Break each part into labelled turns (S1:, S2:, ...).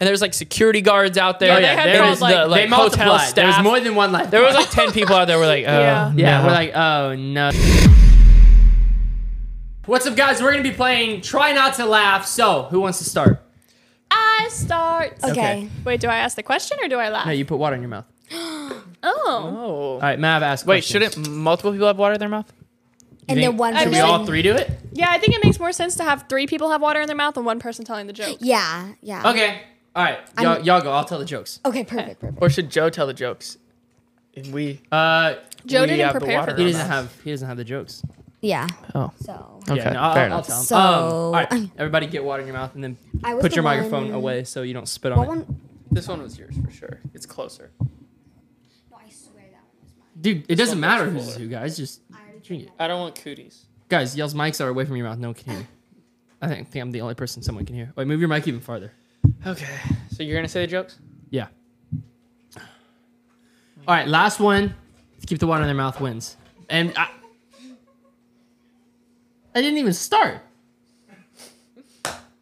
S1: and there's like security guards out Oh,
S2: Yeah,
S1: there.
S2: they had
S1: there's
S2: called, like-
S1: the, like
S2: they
S1: hotel
S2: multiplied.
S1: staff.
S2: There was more than one left.
S1: There was like ten people out there. We're like, oh,
S2: yeah,
S1: no.
S2: we're like, oh no. What's up, guys? We're gonna be playing Try Not to Laugh. So, who wants to start?
S3: I start.
S2: Okay.
S4: Okay.
S3: Wait, do I ask the question or do I laugh?
S2: No, you put water in your mouth.
S3: oh.
S1: oh.
S2: All right, Mav asked.
S1: Wait,
S2: questions.
S1: shouldn't multiple people have water in their mouth?
S4: And
S2: You
S4: then
S2: think-
S4: one
S2: Should we
S3: person-
S2: all three do it?
S3: Yeah, I think it makes more sense to have three people have water in their mouth and one person telling the joke.
S4: Yeah, yeah.
S2: Okay. All right, y'all,
S4: I'm-
S2: y'all go. I'll tell the jokes.
S4: Okay, perfect, perfect.
S1: Or should Joe tell the jokes? And we.
S2: Uh,
S3: Joe
S1: We
S3: didn't
S1: have the
S3: prepare
S1: water
S3: for
S2: he
S1: in
S3: this.
S2: doesn't have. He doesn't have the jokes.
S4: Yeah.
S1: Oh.
S4: So
S1: Okay.
S2: yeah, no, I'll,
S1: fair
S2: I'll
S1: enough.
S2: tell him.
S4: So-
S2: um, all right, everybody, get water in your mouth and then
S4: I was
S2: put
S4: the
S2: your microphone
S4: one-
S2: away so you don't spit on
S4: What
S2: it.
S4: one?
S1: This one was yours for sure. It's closer.
S4: No, I swear that one was mine.
S2: Dude, it doesn't
S1: one
S2: matter
S1: goes
S2: who's
S1: forward.
S2: who, guys. Just
S4: I already
S2: drink it.
S1: I don't want cooties.
S2: Guys, y'all's mics are away from your mouth. No one can hear you. I think, think I'm the only person someone can hear. Wait, move your mic even farther.
S1: Okay. So you're gonna say the jokes?
S2: Yeah. All right, last one. Keep the water in their mouth wins. And I, I didn't even start.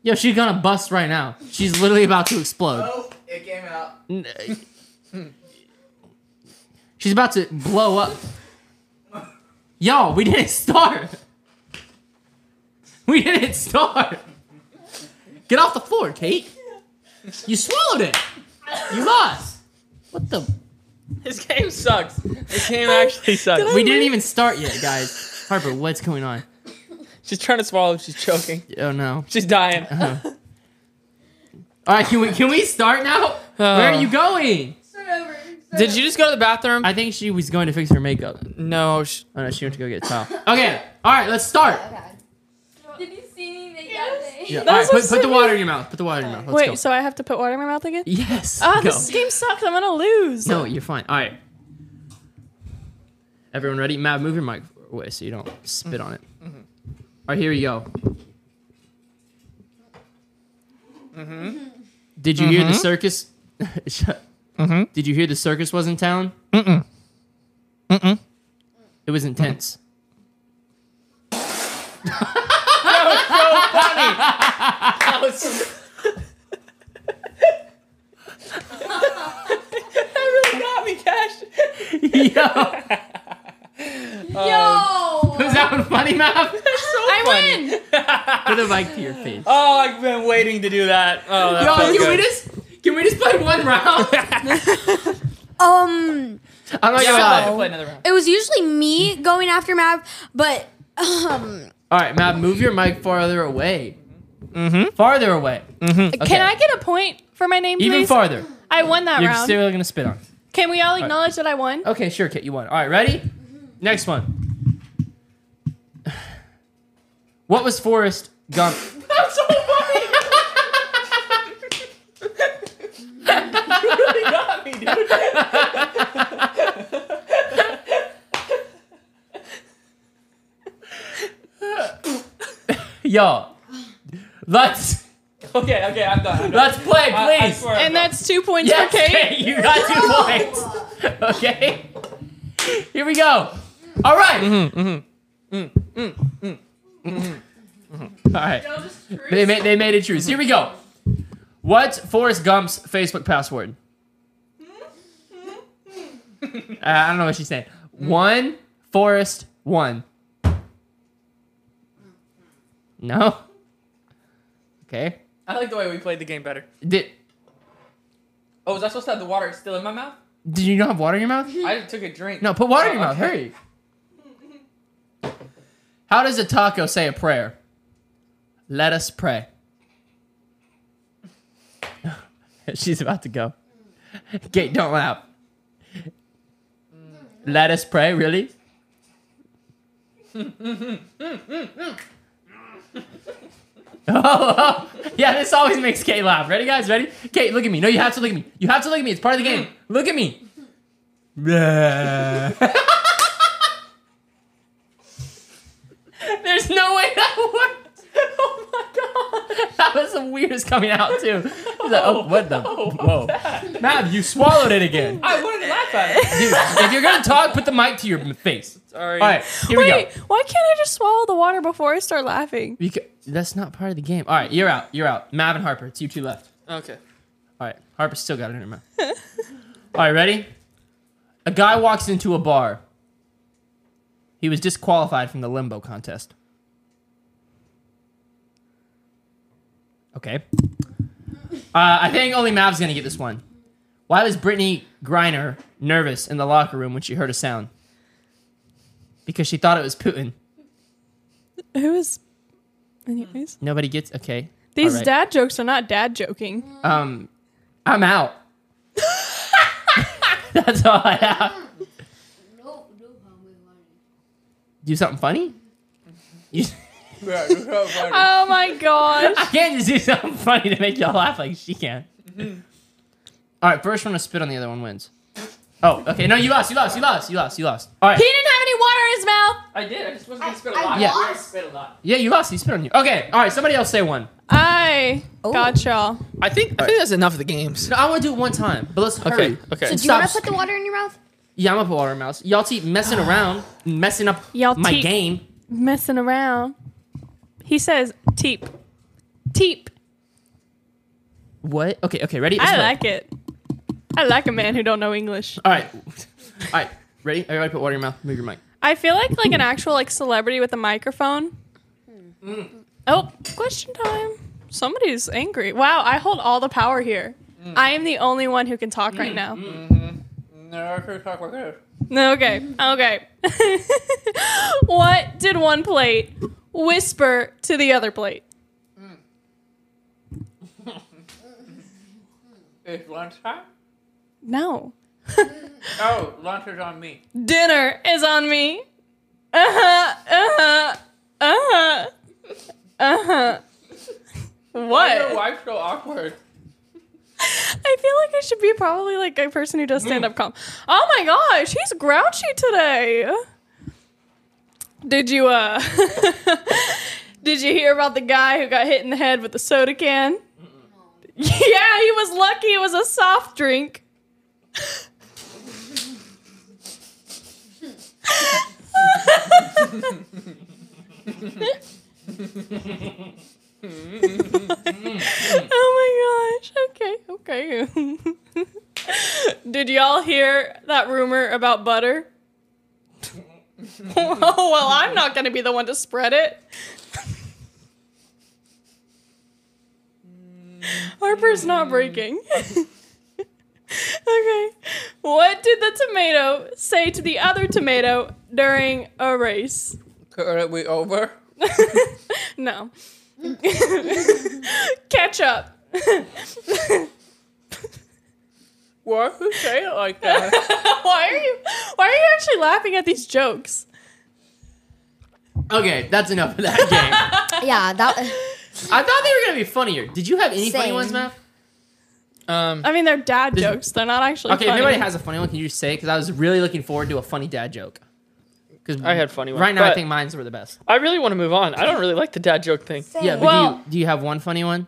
S2: Yo, she's gonna bust right now. She's literally about to explode.
S5: Oh, it came out.
S2: N- She's about to blow up. Yo, we didn't start. We didn't start. Get off the floor, Kate. You swallowed it. You lost. What the?
S1: This game sucks. This game actually sucks.
S2: We didn't even start yet, guys. Harper, what's going on?
S1: She's trying to swallow. She's choking.
S2: Oh no.
S1: She's dying.
S2: All right, can we can we start now? Where are you going?
S1: Did you just go to the bathroom?
S2: I think she was going to fix her makeup.
S1: no. Sh-
S2: Oh no, she went to go get a towel. Okay. All right, let's start.
S4: Okay.
S6: Did you see me make that thing?
S2: Yeah.
S3: That
S2: all right,
S3: was
S2: put,
S3: so
S2: put the
S3: silly.
S2: water in your mouth. Put the water in your mouth. Let's
S3: Wait,
S2: go.
S3: so I have to put water in my mouth again?
S2: yes.
S3: Oh,
S2: go.
S3: this game sucks. I'm gonna lose.
S2: No, you're fine. All right. Everyone ready? Matt, move your mic away so you don't spit on it. All right, here you go. Mm-hmm. Did you hear the circus? Shut- Did you hear the circus was in town? Mm-hmm. Mm-mm. Mm-mm. It was intense.
S1: got me, Cash.
S2: Yo,
S6: Yo!
S2: was that one funny, Matt?
S3: I win.
S2: Put the mic to your face.
S1: Oh, I've been waiting to do that. Oh, that
S2: Yo,
S1: felt
S2: can we
S1: good.
S2: just can we just play one round?
S4: Um,
S2: I'm not
S1: Yeah,
S2: gonna
S1: we'll
S2: lie.
S1: play- play another round.
S4: it was usually me going after Mav, but um,
S2: All right, Matt, move your mic farther away. Mm-hmm. Farther away. Okay.
S3: Can I get a point for my name,
S2: Even
S3: please?
S2: farther.
S3: I won that
S2: You're
S3: round.
S2: still gonna spit on.
S3: Can we all acknowledge that I won?
S2: Okay, sure, Kit, you won. All right, ready?
S1: Mm-hmm.
S2: Next one. What was Forrest Gump?
S1: That's so funny. you really got me, dude.
S2: Yo, let's
S1: Okay, okay, I'm done. I'm done.
S2: let's play, please.
S1: I- I swear I'm
S3: And
S1: done.
S3: that's two points
S2: yes,
S3: for Kate.
S2: Kate, you got two points. Okay, here we go. All right. mm-hmm. Mm, All right.
S6: Y'all just cruise.
S2: They made, they made it choose. Here we go. What's Forrest Gump's Facebook password? Uh,
S6: Mm-hmm.
S2: I don't know what she's saying. One Forrest one. No. Okay.
S1: I like the way we played the game better.
S2: Did
S1: Oh, was I supposed to have the water still in my mouth?
S2: Did you not have water in your mouth?
S1: I took a drink.
S2: No, put water in your
S1: Oh,
S2: mouth.
S1: okay.
S2: Hurry. How does a taco say a prayer? Let us pray. She's about to go. Gate, don't laugh. Let us pray, really? oh, oh. yeah, this always makes Kate laugh. Ready, guys? Ready? Kate, look at me. No, you have to look at me. You have to look at me. It's part of the game. Look at me. There's no way that worked. Oh my god, that was the weirdest coming out too. I was like, oh, what the? Whoa, Mav, you swallowed it again.
S1: I wouldn't laugh at it.
S2: Dude, if you're gonna talk, put the mic to your face.
S1: Sorry.
S2: All right, here we go.
S3: Wait, why can't I just swallow the water before I start laughing?
S2: Because that's not part of the game. All right, you're out. You're out. Mav and Harper, it's you two left.
S1: Okay.
S2: All right, Harper still got it in her mouth. All right, ready? A guy walks into a bar. He was disqualified from the limbo contest. Okay. Uh, I think only Mav's gonna get this one. Why was Brittany Griner nervous in the locker room when she heard a sound? Because she thought it was Putin.
S3: Who is? Anyways,
S2: Nobody gets okay.
S3: these
S2: All right.
S3: dad jokes are not dad joking.
S2: Um, I'm out. That's all I have.
S6: No, no, I'm
S2: Do something funny. You,
S1: Yeah, you're so funny.
S3: Oh my
S2: I
S3: gosh!
S2: can't just do something funny to make y'all laugh like she can.
S5: Mm-hmm.
S2: All right, first one to spit on the other one wins. Oh, okay. No, you lost. You lost. You lost. You lost. You lost. All right.
S3: He didn't have any water in his mouth.
S1: I did. I just wasn't gonna spit a
S6: I- I
S1: lot.
S2: Yeah.
S1: I spit a lot.
S2: Yeah, you lost. He spit on you. Okay. All right. Somebody else say one.
S3: I got y'all.
S5: I think I think that's enough of the games.
S2: No, I want to do it one time, but let's hurry.
S5: Okay. Okay.
S4: So do you
S2: Stop
S4: want to put the water in your mouth?
S2: Yeah, I'm a water mouse. Y'all keep messing around, messing up
S3: Y'all
S2: my
S3: keep-
S2: game.
S3: Messing around. He says teep, teep.
S2: What? Okay. Okay. Ready?
S3: I like it. I like a man who don't know English.
S2: All right. All right. Ready? Everybody put water in your mouth. Move your mic.
S3: I feel like like an actual like celebrity with a microphone. Oh, question time. Somebody's angry. Wow, I hold all the power here. I am the only one who can talk right now.
S1: No, I could talk like this.
S3: Okay, okay. what did one plate whisper to the other plate?
S1: It's lunchtime.
S3: No.
S1: Oh, lunch is on me.
S3: Dinner is on me. Uh huh, uh huh, uh huh, uh huh.
S1: Why is
S3: What?
S1: your wife so awkward?
S3: I feel like I should be probably like a person who does stand up com. Oh my gosh, he's grouchy today. Did you uh Did you hear about the guy who got hit in the head with a soda can? Yeah, he was lucky it was a soft drink. oh my gosh. Okay, okay. Did y'all hear that rumor about butter? oh, well, I'm not going to be the one to spread it. Harper's not breaking. okay. What did the tomato say to the other tomato during a race?
S1: Could it be over?
S3: No. Catch up.
S1: Why would you say it like that?
S3: why are you why are you actually laughing at these jokes?
S2: Okay, that's enough of that game.
S4: Yeah, that.
S2: I thought they were gonna be funnier. Did you have any funny
S4: Same.
S2: ones, Matt?
S5: Um,
S3: I mean they're dad jokes. They're not actually
S2: Okay, if
S3: funny.
S2: anybody has a funny one, can you just say it? Because I was really looking forward to a funny dad joke. Because
S5: I had funny ones.
S2: Right now, I
S5: but
S2: think mines were the best.
S5: I really want to move on. I don't really like the dad joke thing.
S4: Same.
S2: Yeah, but do,
S3: Well-
S2: you, do you have one funny one?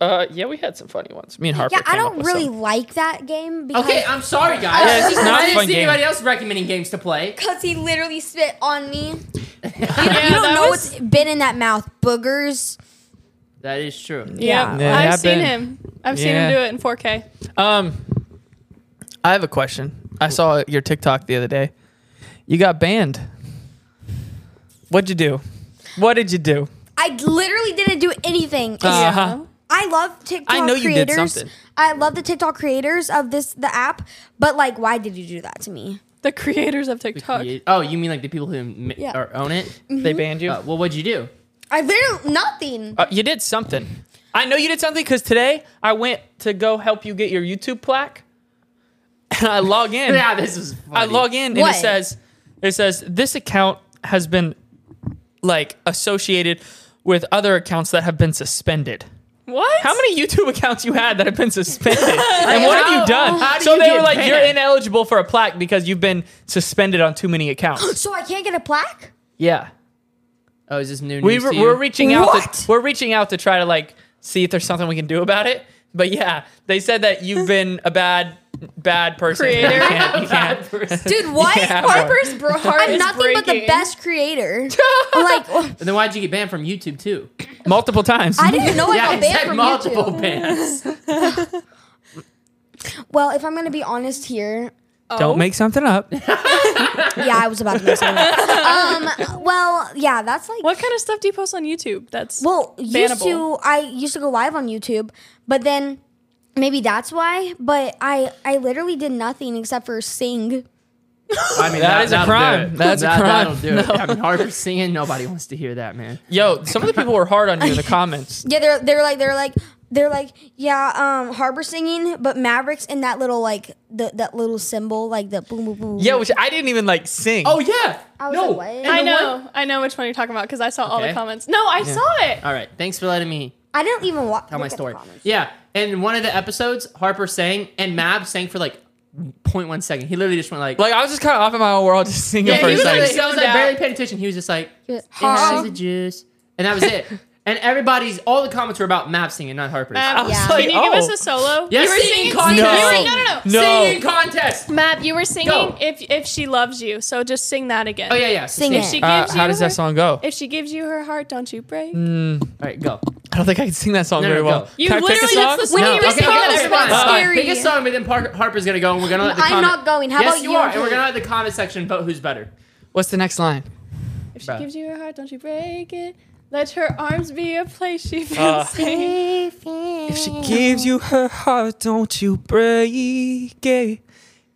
S5: Uh, yeah, we had some funny ones. Me and Harper.
S4: yeah, I
S5: came up
S4: don't
S5: with
S4: really
S5: some.
S4: like that game because
S2: Okay, um, I'm sorry, guys.
S5: Yeah, it's just not
S2: I
S5: a
S2: didn't
S5: fun
S2: see
S5: game.
S2: anybody else recommending games to play.
S4: because he literally spit on me.
S3: yeah,
S4: You don't
S3: that
S4: know
S3: was-
S4: what's been in that mouth, boogers.
S2: That is true.
S3: yeah.
S5: Yeah,
S3: I've
S5: I've
S3: seen
S5: been-
S3: him. I've seen him
S5: Yeah.
S3: do it in 4K.
S5: Um, I have a question. I saw your TikTok the other day. You got banned. What'd you do? What did you do?
S4: I literally didn't do anything. It's-
S5: Uh-huh.
S4: I love TikTok.
S5: know you did
S4: creators.
S5: something.
S4: I love the TikTok creators of this the app, but like, why did you do that to me?
S3: The creators of TikTok.
S2: You- oh, you mean like the people who ma-
S4: Yeah.
S2: or own it?
S5: They banned you.
S2: Uh, well, what'd you do?
S4: I literally nothing.
S5: Uh, you did something. I know you did something because today I went to go help you get your YouTube plaque, and I log in.
S2: Yeah, this is. Funny.
S5: I log in
S4: What?
S5: and it says it says this account has been like associated with other accounts that have been suspended.
S3: What?
S5: How many YouTube accounts you had that have been suspended? and what have you done?
S2: how do
S5: so
S2: you
S5: they
S2: get
S5: were like, you're
S2: banned?"
S5: ineligible for a plaque because you've been suspended on too many accounts.
S4: So I can't get a plaque.
S5: yeah.
S2: Oh, is this new
S5: We
S2: news
S5: were,
S2: to you?
S5: we're reaching out
S4: What?
S5: to we're reaching out to try to like see if there's something we can do about it. But yeah, they said that you've been a bad bad person. You
S3: Creator.
S5: can't- you can't-
S4: Dude, what?
S5: Yeah, bro.
S4: Harper's
S3: Harper's bro- heart
S4: I'm
S3: is
S4: nothing but the
S3: breaking.
S4: best creator. like oh,
S2: And then why'd you get banned from YouTube too?
S5: multiple times.
S4: I didn't know I got
S2: it said
S4: banned from
S2: multiple
S4: YouTube.
S2: bans.
S4: Well, if I'm gonna be honest here,
S5: Don't make something up.
S4: yeah, I was about to make something. um, well, yeah, that's like
S3: What kind of stuff do you post on YouTube? That's
S4: Well, used to
S3: Bannable.
S4: I used to go live on YouTube, but then maybe that's why. But I I literally did nothing except for sing.
S2: I mean,
S5: That is a
S2: that'll do
S5: crime.
S2: it.
S5: That's a
S2: That-
S5: crime.
S2: That'll do it. I mean, Harper singing. Nobody wants to hear that, man.
S5: Yo, some of the people were hard on you in the comments.
S4: Yeah, they're they're like they're like they're like yeah, um, Harbor singing, but Mavericks and that little like the that little symbol like the boom boom boom.
S5: Yeah, which I didn't even like sing.
S2: Oh yeah.
S4: I was
S2: no.
S4: like, what?
S2: And
S3: I
S2: the
S3: know,
S2: one-
S3: I know which one you're talking about because I saw all the
S2: Okay.
S3: comments. No, I saw it.
S2: All right. Thanks for letting me
S4: I didn't even watch.
S2: tell my story. Yeah. And in one of the episodes, Harper sang and Mab sang for like 0.1 second. He literally just went like.
S5: Like I was just kind of off in my own world, just singing
S2: yeah,
S5: for
S2: he
S5: a
S2: was like,
S5: second.
S2: I was like
S3: Yeah.
S2: barely paying attention. He was just like,
S4: He was,
S2: "Yeah, she's
S4: "Huh?"
S2: a juice," and that was it. and everybody's all the comments were about Mab singing, not Harper's.
S3: Mab,
S5: I was
S4: Yeah.
S5: like,
S3: Um, can you give us
S5: oh.
S3: a solo?
S2: Yes,
S3: you were
S2: singing
S3: singing.
S2: contest.
S3: You
S5: No.
S3: were, no, no, no.
S5: No.
S2: Singing contest.
S3: Map, you were singing
S2: Go.
S3: if if she loves you. So just sing that again.
S2: Oh yeah, yeah. so
S4: Sing
S2: sing.
S4: it.
S3: If she gives
S5: Uh,
S3: you
S5: how does
S3: her,
S5: that song go?
S3: If she gives you her heart, don't you break?
S4: Mm,
S2: All right, go.
S5: I don't think I can sing that song
S2: No, no,
S5: very
S2: go.
S5: well.
S3: You
S5: can I pick a
S3: literally
S5: song?
S3: just listened When to
S2: No,
S3: you
S2: okay,
S3: respond,
S2: okay,
S3: everybody's
S2: fine, fine.
S4: scary.
S2: Pick a song, but then Parker, Harper's gonna go, and we're gonna let the
S4: I'm
S2: comment.
S4: not going. How
S2: yes,
S4: about
S2: you,
S4: you?
S2: are? And we're gonna let the comment section vote who's better.
S5: What's the next line?
S3: If she
S2: Bruh.
S3: gives you her heart, don't you break it. Let her arms be a place she feels
S5: Uh.
S3: safe.
S5: If she
S4: Mm.
S5: gives you her heart, don't you break it.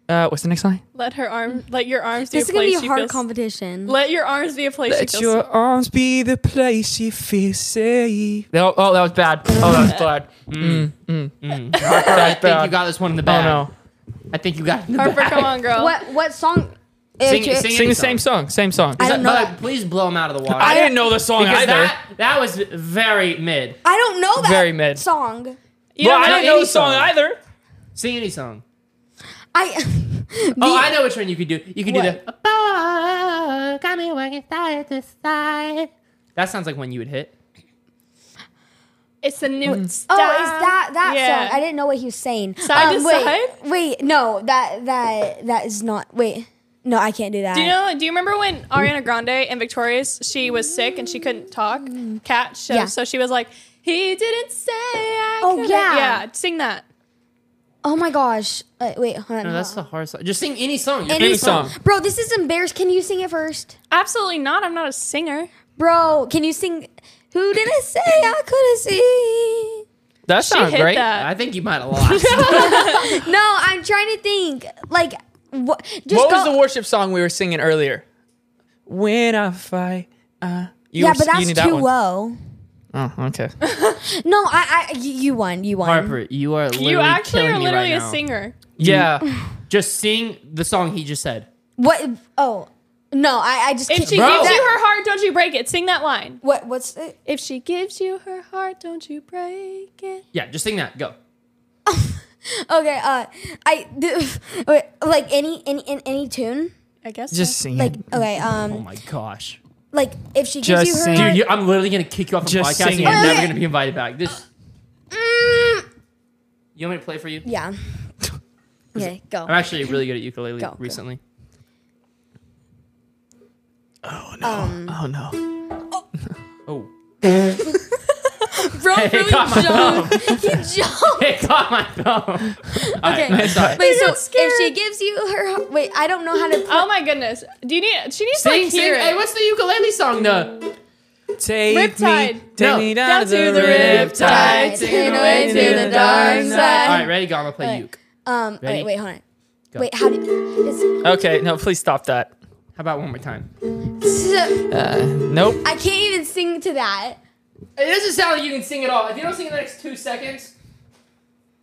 S5: Uh, what's the next line?
S3: Let her arm, let your arms be
S4: This
S3: a
S4: is gonna be
S3: place
S4: a
S3: she
S4: hard
S3: feels.
S4: competition.
S3: let your arms be a place she feels.
S5: arms be the place she feels safe. Oh, oh, that was bad. Oh, that was bad. Mm, mm.
S2: Harper, I think
S5: bad.
S2: you got this one in the
S5: Oh
S2: bag.
S5: no.
S2: I think you got it in the
S3: Harper,
S2: bag.
S3: come on, girl.
S4: What what song?
S2: Sing,
S4: Uh,
S2: sing,
S5: Sing
S2: any
S5: the same song. Same song.
S4: I
S2: Is
S4: don't
S2: that-
S4: know
S2: but
S4: that.
S2: please blow him out of the water.
S5: I didn't know the song
S2: because
S5: either.
S2: that that was very mid.
S4: I don't know that
S5: Very mid.
S4: song.
S3: You
S5: well,
S3: don't
S5: I
S3: know
S5: didn't know
S2: any
S5: the song,
S2: song.
S5: either.
S2: Sing any song.
S4: I.
S2: Oh,
S4: The-
S2: I know which one you could do. You could do
S4: What?
S2: the. "Oh, got me working side to side." That sounds like one you would hit.
S3: It's a new style.
S4: Oh, is that that
S3: Yeah.
S4: song? I didn't know what he was saying. Um,
S3: Side to
S4: wait,
S3: side?
S4: Wait, no, that that that is not. Wait, no, I can't do that.
S3: Do you know? Do you remember when Ariana Grande and Victorious? She was sick and she couldn't talk. Cat show.
S4: Yeah.
S3: So she was like, "He didn't say I."
S4: Oh,
S3: couldn't."
S4: yeah.
S3: yeah. Sing that.
S4: Oh my gosh! Uh, wait, hold on.
S2: No, that's the hard song. Just sing any song. You're
S5: Any
S2: doing fine.
S5: song.
S4: bro. This is embarrassed. Can you sing it first,
S3: Absolutely not. I'm not a singer.
S4: bro? Can you sing? Who did I say I couldn't see?
S5: That
S3: She
S5: sounds
S3: hit
S5: great.
S3: that.
S2: I think you might have lost.
S4: No, I'm trying to think. Like, what? Just
S5: What was
S4: go-
S5: the worship song we were singing earlier? When I fight, uh, you
S4: Yeah,
S5: were-
S4: but
S5: you
S4: that's
S5: knew that
S4: too
S5: one.
S4: low.
S5: Oh, okay.
S4: No, I, I, you you won. You won.
S2: Harper, Mm-hmm. you are literally
S3: You actually
S2: killing
S3: are
S2: me
S3: literally
S2: right
S3: a
S2: now.
S3: singer.
S5: yeah.
S2: Just sing the song he just said.
S4: What? Oh, no, I, I just.
S3: If
S4: can't-
S3: she
S5: Bro.
S3: gives you her heart, don't you break it. Sing that line.
S4: What? What's? It?
S3: If she gives you her heart, don't you break it.
S2: Yeah, just sing that. Go.
S4: Okay, uh, I do, wait, like any any in any tune,
S3: I guess.
S5: Just
S3: so.
S5: sing
S4: like
S5: it.
S4: okay,
S2: Oh
S4: um,
S2: my gosh,
S4: like if she gives
S5: Just
S4: you her,
S5: sing.
S2: dude!
S4: heart-
S2: You, I'm literally gonna kick you off the
S5: Just
S2: podcast.
S5: sing
S2: and You're
S5: it.
S2: never gonna be invited back. This.
S4: Mm,
S2: You want me to play for you?
S4: yeah, okay, go.
S2: I'm actually really good at ukulele
S4: Go, go.
S2: recently.
S4: Um,
S5: Oh no.
S2: Oh,
S4: bro,
S2: Hey,
S4: really
S2: got my
S4: jumped. he jumped.
S2: it caught my thumb.
S4: Okay,
S2: I'm sorry.
S4: wait. So
S3: scared.
S4: if she gives you her, heart- wait, I don't know how to.
S3: Oh my goodness. Do you need? She needs to
S2: Sing,
S3: like,
S2: sing.
S3: hear it.
S2: Hey, what's the ukulele song? The
S5: Take me,
S3: Riptide.
S5: take
S2: No.
S5: me
S3: Down
S5: down,
S3: to the
S5: rip
S3: riptide.
S5: tide.
S2: Tides taken away to the dark
S4: side.
S2: All right, ready? Go. I'm gonna play
S4: Wait.
S2: uke.
S4: Um,
S2: Ready?
S4: wait, wait, hold on.
S2: Go.
S4: Wait, how do? It's,
S5: Okay, no, please stop that.
S2: How about one more time?
S4: it's-
S5: Uh, nope.
S4: I can't even sing to that.
S2: It doesn't sound like you can sing at all. If you don't sing in the next two seconds,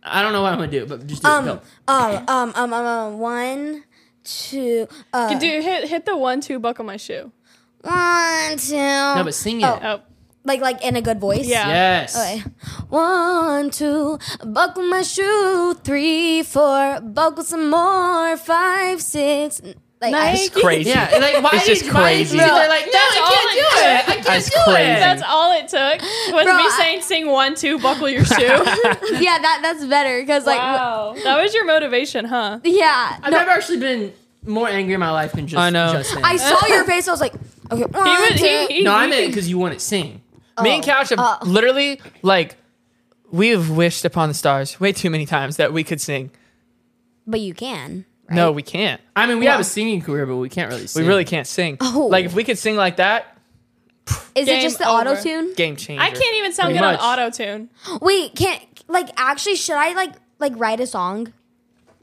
S2: I don't know what I'm gonna do, but just do
S4: Um,
S2: it.
S4: um,
S2: Go.
S4: um, um, um, um, one, two, uh,
S3: Dude, hit hit the one two buckle my shoe.
S4: one, two.
S2: No, but sing it.
S4: Oh.
S3: Oh,
S4: like like in a good voice.
S3: Yeah.
S2: Yes.
S4: Okay. One, two, buckle my shoe. Three, four, buckle some more. Five, six. Like I-
S3: Nike.
S5: It's crazy.
S2: Yeah, and, like why
S5: It's
S2: did-
S5: just
S2: why did
S5: crazy.
S2: you- They're like, no,
S3: That's all
S2: I
S3: it
S2: can't do it. I can't
S5: That's
S2: do
S5: crazy.
S2: it.
S3: that's all it took was
S4: Bro,
S3: me
S4: I-
S3: saying sing one two buckle your shoe.
S4: yeah, that that's better because like w-
S3: wow, that was your motivation, huh?
S4: yeah.
S2: I've
S4: no,
S2: never actually been more angry in my life than just.
S5: I know.
S2: Just sing.
S4: I saw your face. I was like, okay. One,
S3: was- he-
S4: two.
S3: he-
S2: no, I meant because you want it sing.
S5: Me and
S4: Oh,
S5: Couch have
S4: uh.
S5: literally like we have wished upon the stars way too many times that we could sing.
S4: But you can. Right?
S5: No, we can't.
S2: I mean, we have a singing career, but we can't really
S5: We
S2: sing.
S5: really can't sing.
S4: Oh.
S5: Like if we could sing like that,
S4: Is it
S3: Game
S4: just the
S3: over.
S4: auto tune?
S5: game changer.
S3: I can't e- even sound
S5: Pretty
S3: good
S5: much.
S3: on auto tune.
S4: Wait, can't like actually? Should I like like write a song?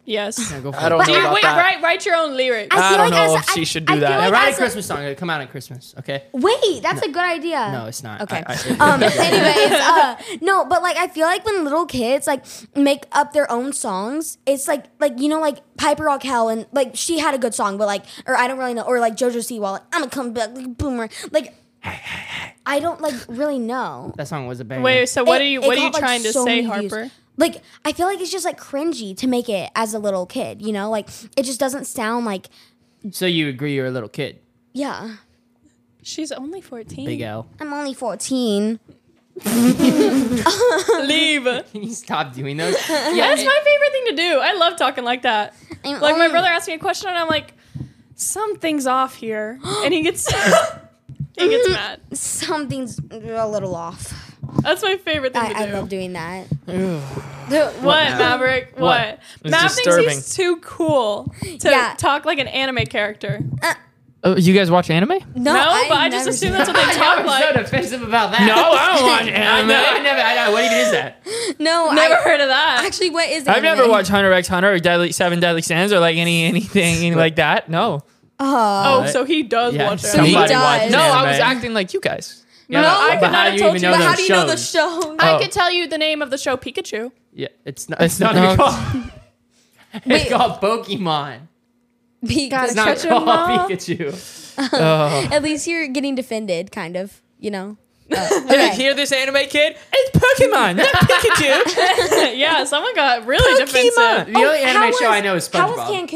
S3: Yes.
S2: Yeah, go for
S5: I
S2: it.
S5: don't
S3: Do
S5: know
S3: you,
S5: about
S3: wait,
S5: that.
S3: write write your own lyrics.
S5: I
S4: feel
S5: don't know
S4: as-
S5: if she should do
S4: I feel
S5: that.
S2: Yeah,
S4: like
S2: write
S4: as
S2: a Christmas song. It'll come out on Christmas. Okay.
S4: Wait, that's a good idea.
S2: No, it's not.
S4: Okay.
S2: I- I-
S4: um. Anyways, uh, no, but like I feel like when little kids like make up their own songs, it's like like you know like Piper Raquel and like she had a good song, but like or I don't really know or like JoJo Siwa like I'm gonna come back like boomer like I don't like really know.
S2: That song was a banger.
S3: Wait, so what
S4: It-
S3: are you
S4: it
S3: what are you
S4: got, like,
S3: trying to
S4: so
S3: say,
S4: many views.
S3: Harper?
S4: Like I feel like it's just like cringy to make it as a little kid, you know? Like it just doesn't sound like
S2: So you agree you're a little kid,
S4: yeah.
S3: She's only 14.
S2: Big L?
S4: I'm only 14.
S3: Leave. That's
S2: Can you stop doing those?
S3: my favorite thing to do. I love talking like that.
S4: I'm
S3: Like my
S4: only-
S3: brother asked me a question and I'm like, something's off here. And he gets he gets mad.
S4: something's a little off.
S3: That's my favorite thing to
S4: I, I
S3: do.
S4: love doing that.
S3: What, Maverick? What?
S5: It's
S3: Mav thinks
S5: disturbing.
S3: he's too cool to
S4: Yeah.
S3: talk like an anime character.
S5: Oh, you guys watch anime?
S4: uh, No,
S3: no, but I just
S4: never
S3: assume
S4: do
S3: that's what they talk
S2: I'm so
S3: like.
S2: defensive about that.
S5: I don't watch
S2: I know, I never. I know. What even is that?
S4: that. No,
S3: Never
S4: I,
S3: heard of that.
S4: Actually, what is?
S5: I've never
S4: anime?
S5: watched Hunter x Hunter or Deadly, Seven Deadly Sins or like any anything like that. No,
S4: Oh,
S3: oh, so he does
S2: Yeah,
S3: watch it.
S4: So he
S5: Somebody
S4: does.
S5: watched No, I was
S2: anime.
S5: acting like you guys.
S2: Yeah,
S3: No,
S2: but
S3: I could
S2: but
S3: not
S2: how
S3: have
S2: do you
S3: told
S2: even
S3: you.
S2: know
S4: but
S2: those
S4: how do you know the
S2: shows?
S4: show?
S5: Oh.
S3: I could tell you the name of the show Pikachu.
S2: Yeah, it's not.
S5: It's
S2: It's not
S5: not-
S2: called. It's
S4: Wait.
S2: called Pokemon. It's
S4: Because
S2: not
S3: catch 'em
S2: called
S3: all.
S2: Pikachu. Uh,
S5: Oh.
S4: at least you're getting defended, kind of. You know. Uh,
S5: Did you
S4: okay.
S5: hear this anime kid? It's Pokemon, not Pikachu.
S3: yeah, someone got really defensive.
S2: The only anime
S4: How was-
S2: show I know Oh, is SpongeBob.
S4: How was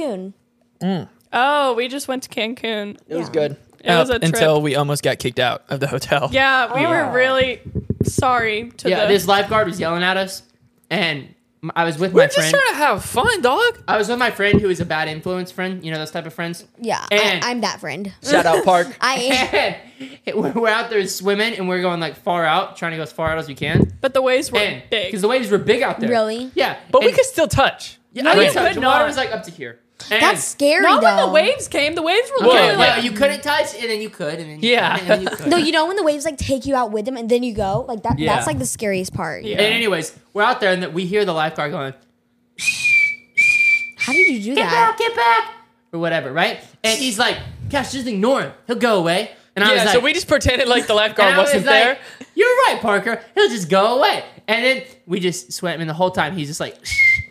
S4: Cancun?
S3: Oh, we just went to Cancun.
S5: It was
S4: Yeah.
S5: good.
S3: It was a trip.
S5: until we almost got kicked out of the hotel.
S3: Yeah, we
S4: Oh.
S3: were really sorry to
S2: yeah,
S3: the.
S2: this lifeguard was yelling at us, and m- I was with
S5: we're
S2: my
S5: just
S2: friend.
S5: trying to have fun, dog.
S2: I was with my friend who is a bad influence friend. You know those type of friends.
S4: Yeah, I,
S2: And-
S4: I'm that friend.
S5: Shout out Park.
S4: I
S2: And we're we're out there swimming, and we're going like far out, trying to go as far out as we can.
S3: but the waves were
S2: And
S3: big.
S2: because the waves were big out there.
S4: Really?
S2: Yeah.
S5: But we
S2: and-
S5: could still touch.
S2: Yeah,
S3: No,
S2: I
S5: you
S2: mean,
S3: could
S2: the water
S3: not.
S2: was like up to here. And-
S4: that's scary
S3: not
S4: though.
S3: when the waves came. The waves were
S2: Okay,
S5: Whoa.
S3: literally
S2: well,
S3: like
S2: you couldn't touch, and then you could, and then you
S5: Yeah.
S2: could, and then you could.
S4: No, you know when the waves like take you out with them and then you go like that.
S2: Yeah.
S4: That's like the scariest part.
S3: Yeah.
S2: And anyways, we're out there, and the, we hear the lifeguard going,
S4: How did you do
S2: "Get back,
S4: that?
S2: get back," or whatever, right? And he's like, "Gosh, just ignore him. He'll go away." And I
S5: Yeah,
S2: was like,
S5: so we just pretended like the
S2: and
S5: lifeguard
S2: I was
S5: wasn't
S2: like,
S5: there.
S2: You're right, Parker. He'll just go away. And then we just swam, and the whole time he's just like,